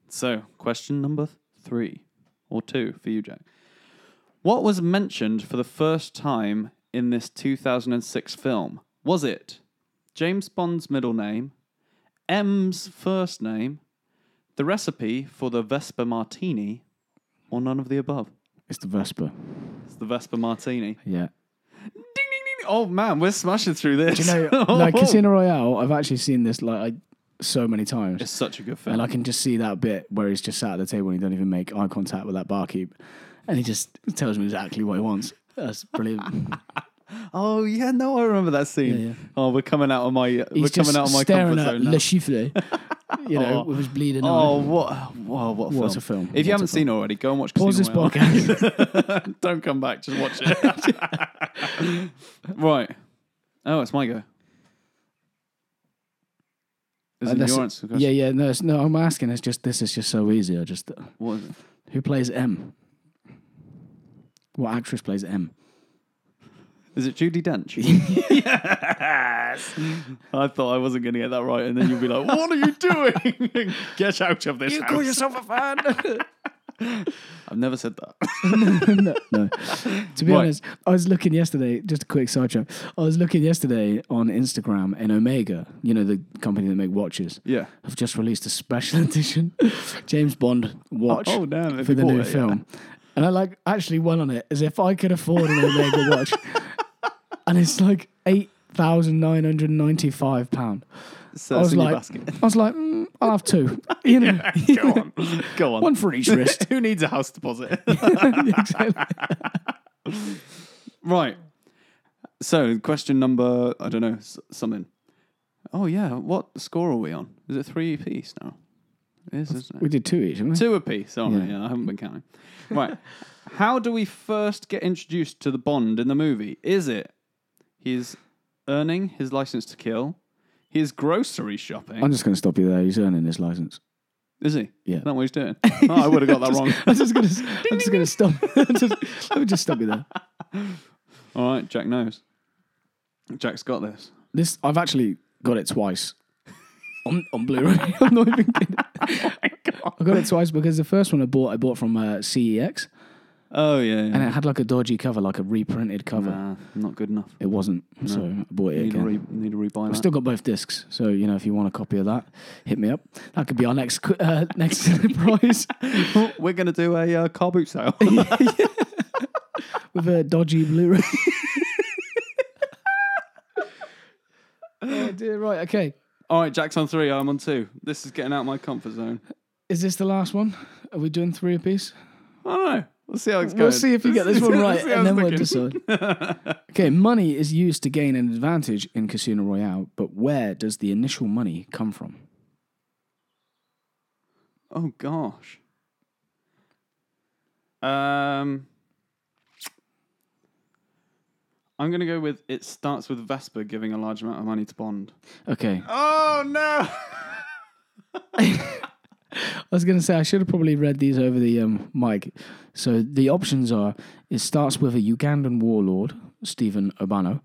So question number three or two for you, Jack. What was mentioned for the first time in this 2006 film? Was it James Bond's middle name, M's first name, the recipe for the Vespa Martini, or none of the above? It's the Vesper. It's the Vespa Martini. Yeah. Ding, ding, ding. Oh man, we're smashing through this. Oh. Do you know, like Casino Royale, I've actually seen this like I, so many times. It's such a good film. and I can just see that bit where he's just sat at the table and he don't even make eye contact with that barkeep. And he just tells me exactly what he wants. That's brilliant. Oh yeah, no, I remember that scene. Yeah, yeah. Oh, we're coming out of my we're He's just coming out of my staring comfort at zone. now. Le Chiffre, you know, Oh. with his bleeding oh, eye. what, whoa, what a film! What a film. If What you a haven't seen already, go and watch. Pause this Casino podcast. Royale. Don't come back. Just watch it. right. Oh, it's my go. Is it Unless your it- answer? yeah, yeah, no, it's, no. I'm asking. It's just this is just so easy. I just What is it? who plays M? What actress plays M? Is it Judy Dench? yes. I thought I wasn't going to get that right, and then you'd be like, "What are you doing? get out of this house!" yourself a fan? I've never said that. no, no. To be Right. honest, I was looking yesterday. Just a quick sidetrack. I was looking yesterday on Instagram, and Omega, you know, the company that make watches, Yeah. have just released a special edition James Bond watch Oh, damn, have for you the new bought it? film. And I like actually went on it as if I could afford an Omega watch, and it's like eight thousand nine hundred ninety-five pound. So I it's was in your like, basket. I was like, mm, I'll have two, you know, go on. Go on. one for each wrist. Who needs a house deposit? Exactly. right. So, question number, I don't know, s- something. Oh, yeah. What score are we on? Is it three apiece now? It is, isn't we it? did two each, didn't we? Two apiece. Sorry, yeah. Yeah. I haven't been counting. Right. How do we first get introduced to the Bond in the movie? Is it he's earning his license to kill? He's grocery shopping. I'm just going to stop you there. He's earning his license. is he? Yeah. Is that what he's doing? Oh, I would have got that wrong. I'm just gonna, I'm just gonna stop. just, let me just stop you there. All right, Jack knows. Jack's got this. This I've actually got it twice on on Blu-ray. I'm not even kidding. Oh I got it twice because the first one I bought, I bought from uh, CEX, Oh yeah, yeah. and it had like a dodgy cover, like a reprinted cover. Nah, not good enough. It wasn't, so I bought it Need to, again. re- need to rebuy I've that. still got both discs, so you know if you want a copy of that, hit me up. That could be our next qu- uh, next prize We're going to do a uh, car boot sale. with a dodgy Blu-ray. oh dear, right, okay. All right, Jack's on three. I'm on two. This is getting out of my comfort zone. Is this the last one? Are we doing three apiece? I don't know. We'll see how it's going. We'll see if you get this one right, See how and then it's we'll looking. decide. okay, money is used to gain an advantage in Casino Royale, but where does the initial money come from? Oh gosh. Um, I'm going to go with it starts with Vespa giving a large amount of money to Bond. Okay, Oh no. I was going to say I should have probably read these over the um, mic. So the options are: it starts with a Ugandan warlord, Stephen Obano.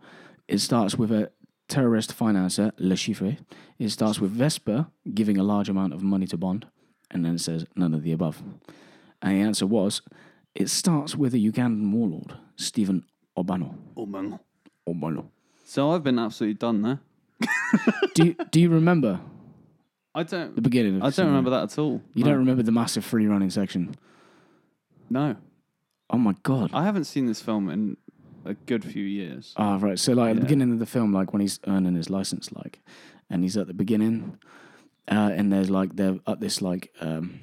It starts with a terrorist financer, Le Chiffre. It starts with Vesper giving a large amount of money to Bond, and then it says none of the above. And the answer was: it starts with a Ugandan warlord, Stephen Obano. Oh man. Obano. So I've been absolutely done there. do you, do you remember I the don't. beginning? Of I don't Cinema? remember that at all. You no. don't remember the massive free running section? No, Oh my god. I haven't seen this film in a good few years. Ah, right. So, like, at the Yeah. beginning of the film, like, when he's earning his license, like, and he's at the beginning, uh, and there's, like, they're at this, like, um,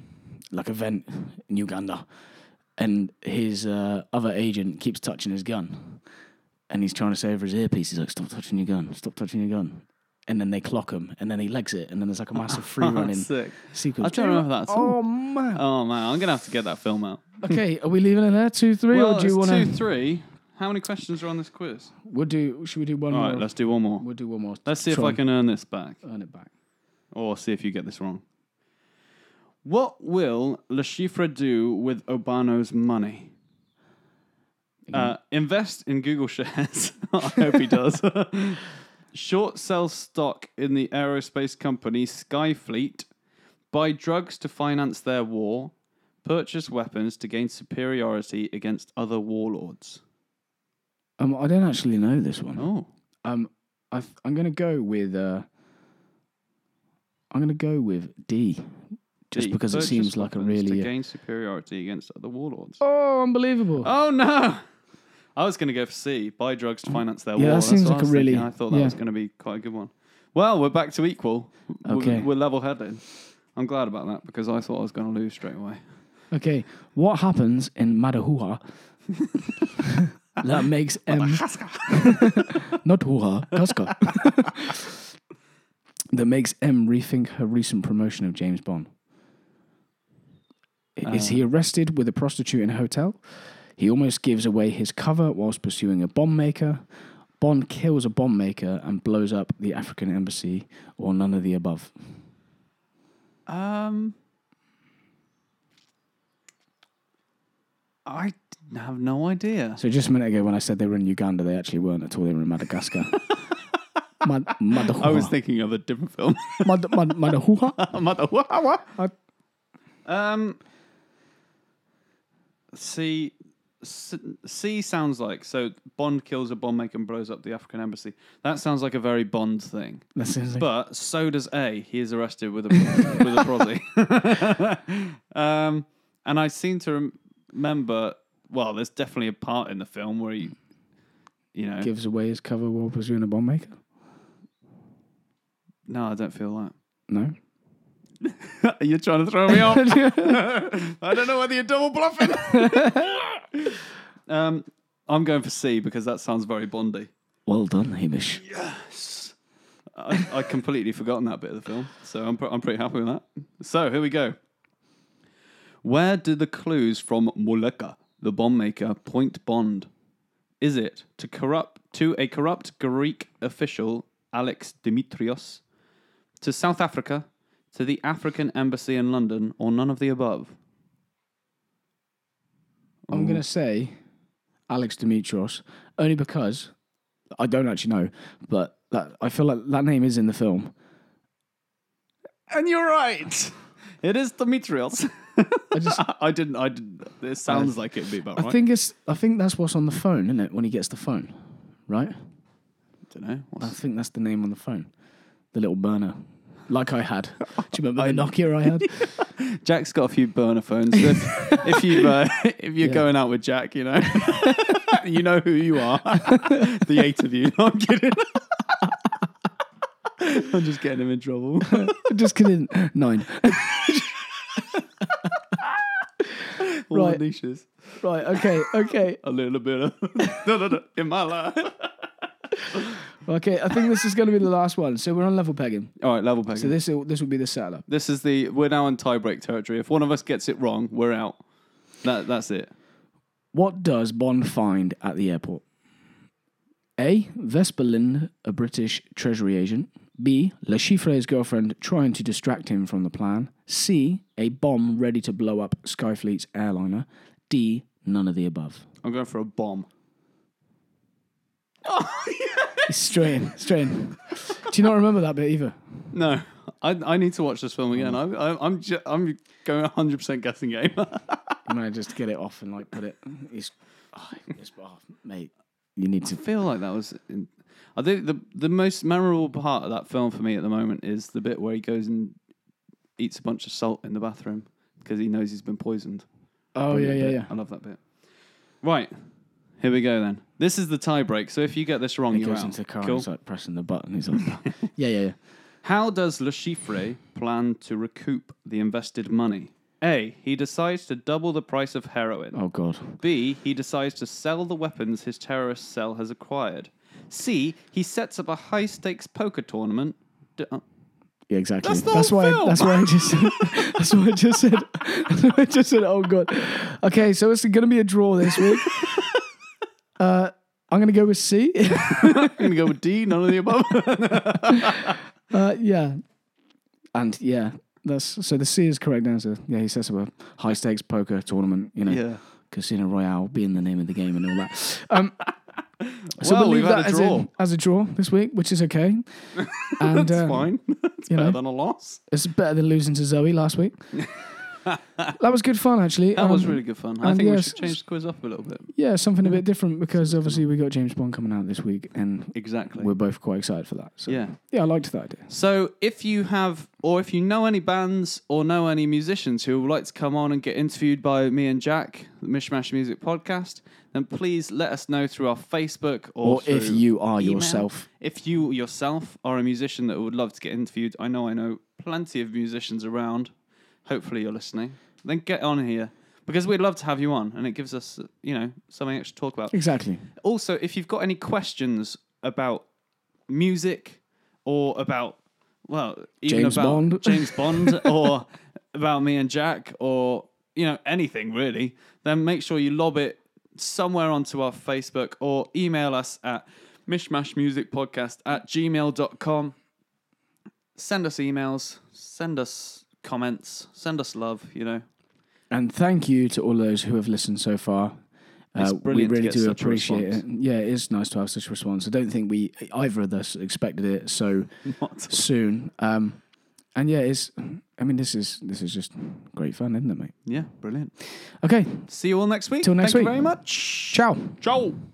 like, event in Uganda, and his uh, other agent keeps touching his gun, and he's trying to say over his earpiece, he's like, stop touching your gun, stop touching your gun. And then they clock him, and then he legs it, and then there's, like, a massive free running Sick. sequence. I don't remember that at all. Oh, man. Oh man, I'm gonna have to get that film out. okay, are we leaving it there? Two, three, well, or do you it's want two, to? three. How many questions are on this quiz? We'll do, should we do one All more? right, let's do one more. we'll do one more. Let's see if Try I and can earn this back, earn it back. or see if you get this wrong. What will Le Chiffre do with Obano's money? Uh, invest in Google shares. I hope he does. Short sell stock in the aerospace company Skyfleet. Buy drugs to finance their war. Purchase weapons to gain superiority against other warlords. Um, I don't actually know this one. Oh, Um, I th- I'm gonna go with uh, I'm gonna go with D, just The because it purchase seems like a weapons really uh, to gain superiority against other warlords. oh unbelievable. Oh no! I was going to go for C. Buy drugs to finance their Mm. Yeah, war. that That's seems what like I was a really- thinking. I thought that yeah. was going to be quite a good one. Well, we're back to equal. We're- Okay. We're, level-headed. I'm glad about that because I thought I was going to lose straight away. Okay, what happens in Madahua that makes M not Huha Casca that makes M rethink her recent promotion of James Bond? I- Is he arrested with a prostitute in a hotel? He almost gives away his cover whilst pursuing a bomb maker. Bond kills a bomb maker and blows up the African embassy, or none of the above. Um, I d- have no idea. So just a minute ago, when I said they were in Uganda, they actually weren't at all. They were in Madagascar. Mad- Madahua. I was thinking of a different film. Mad- Mad- Madahua. Mother- wha- wha- wha- um, C, C C sounds like so. Bond kills a bomb maker and blows up the African embassy. That sounds like a very Bond thing. That sounds like- But so does A. He is arrested with a with a prosy. um, and I seem to rem- remember. Well, there's definitely a part in the film where he, you know, gives away his cover while pursuing a bomb maker. no, I don't feel that. No. You're trying to throw me off. I don't know whether you're double bluffing. um, I'm going for C because that sounds very Bondy. Well done, Hamish. I, I completely forgotten that bit of the film, so I'm, pr- I'm pretty happy with that. So here we go. Where do the clues from Muleka, the bomb maker, point Bond? Is it to corrupt to a corrupt Greek official, Alex Dimitrios, to South Africa, to the African embassy in London, or none of the above? I'm Oh. gonna say Alex Dimitros only because I don't actually know, but that, I feel like that name is in the film. And you're right. It is Dimitrios. I just I didn't I didn't it sounds like it'd be about I right. think it's. I think that's what's on the phone, isn't it? When he gets the phone, right? don't know. I think that's the name on the phone, the little burner, like I had. Do you remember the Nokia I had? Jack's got a few burner phones. so if, if you uh, if you're Yeah. going out with Jack, you know, you know who you are. the eight of you. No, I'm kidding. I'm just getting him in trouble. Just kidding. Nine. All Right. the niches. Right. Okay. Okay. A little bit of no, no, no, in my life. Okay. I think this is going to be the last one. So we're on level pegging. All right, level pegging. So this this will be the setup. This is the we're now in tiebreak territory. If one of us gets it wrong, we're out. That that's it. What does Bond find at the airport? A. Vesper Lind, a British Treasury agent. B. Le Chiffre's girlfriend trying to distract him from the plan. C. A bomb ready to blow up Skyfleet's airliner. D. None of the above. I'm going for a bomb. It's straight in, straight in. Do you not remember that bit either? No, I, I need to watch this film again. I'm I'm I'm, ju- I'm going 100 percent guessing game. You managed to get it off and like put it. It's, oh, it's oh, mate. You need I to. feel like that was. In, I think the the most memorable part of that film for me at the moment is the bit where he goes and eats a bunch of salt in the bathroom because he knows he's been poisoned. Oh yeah, Brilliant yeah, bit. yeah. I love that bit. Right, here we go then. This is the tie break. So if you get this wrong, He you're goes out. into the car and cool. he's like pressing the button. He's like, yeah, yeah, yeah. How does Le Chiffre plan to recoup the invested money? A. He decides to double the price of heroin. Oh god. B. He decides to sell the weapons his terrorist cell has acquired. C. He sets up a high stakes poker tournament. D- uh, Yeah, exactly. That's the whole why. I- film. That's why I just. that's why I just said. That's why I just said. Oh god. Okay, so it's going to be a draw this week. uh, I'm going to go with C. I'm going to go with D, none of the above. uh, yeah. And yeah, that's so the C is correct answer. Yeah, he sets up a high stakes poker tournament. You know, Casino Royale being the name of the game and all that. Um, so Well, we'll leave we've had that a as, draw. in- as a draw this week, which is okay. And That's uh, fine. That's you better know. than a loss. It's better than losing to Zoe last week. that was good fun, actually. That was Um, really good fun. I and think we yes, should change the quiz up a little bit. yeah, something a bit different because obviously we got James Bond coming out this week, and Exactly. we're both quite excited for that. So yeah. yeah, I liked that idea. So if you have, or if you know any bands or know any musicians who would like to come on and get interviewed by me and Jack, the Mishmash Music Podcast, then please let us know through our Facebook or, Or if through you are email. yourself, If you yourself are a musician that would love to get interviewed, I know I know plenty of musicians around. Hopefully you're listening. Then get on here because we'd love to have you on, and it gives us, you know, something extra to talk about. exactly. Also, if you've got any questions about music or about, well, even James about Bond. James Bond or about me and Jack or, you know, anything really, then make sure you lob it somewhere onto our Facebook or email us at mishmashmusicpodcast at gmail.com. Send us emails, send us comments, send us love, you know. And thank you to all those who have listened so far. Uh, It's we brilliant to really get do such a appreciate it. response. Yeah, it is nice to have such a response. I don't think we either of us expected it so Not soon. Um, and yeah, it's. I mean, this is this is just great fun, isn't it, mate? Yeah, brilliant. Okay, See you all next week. Till next Thank week. you very much. ciao. Ciao.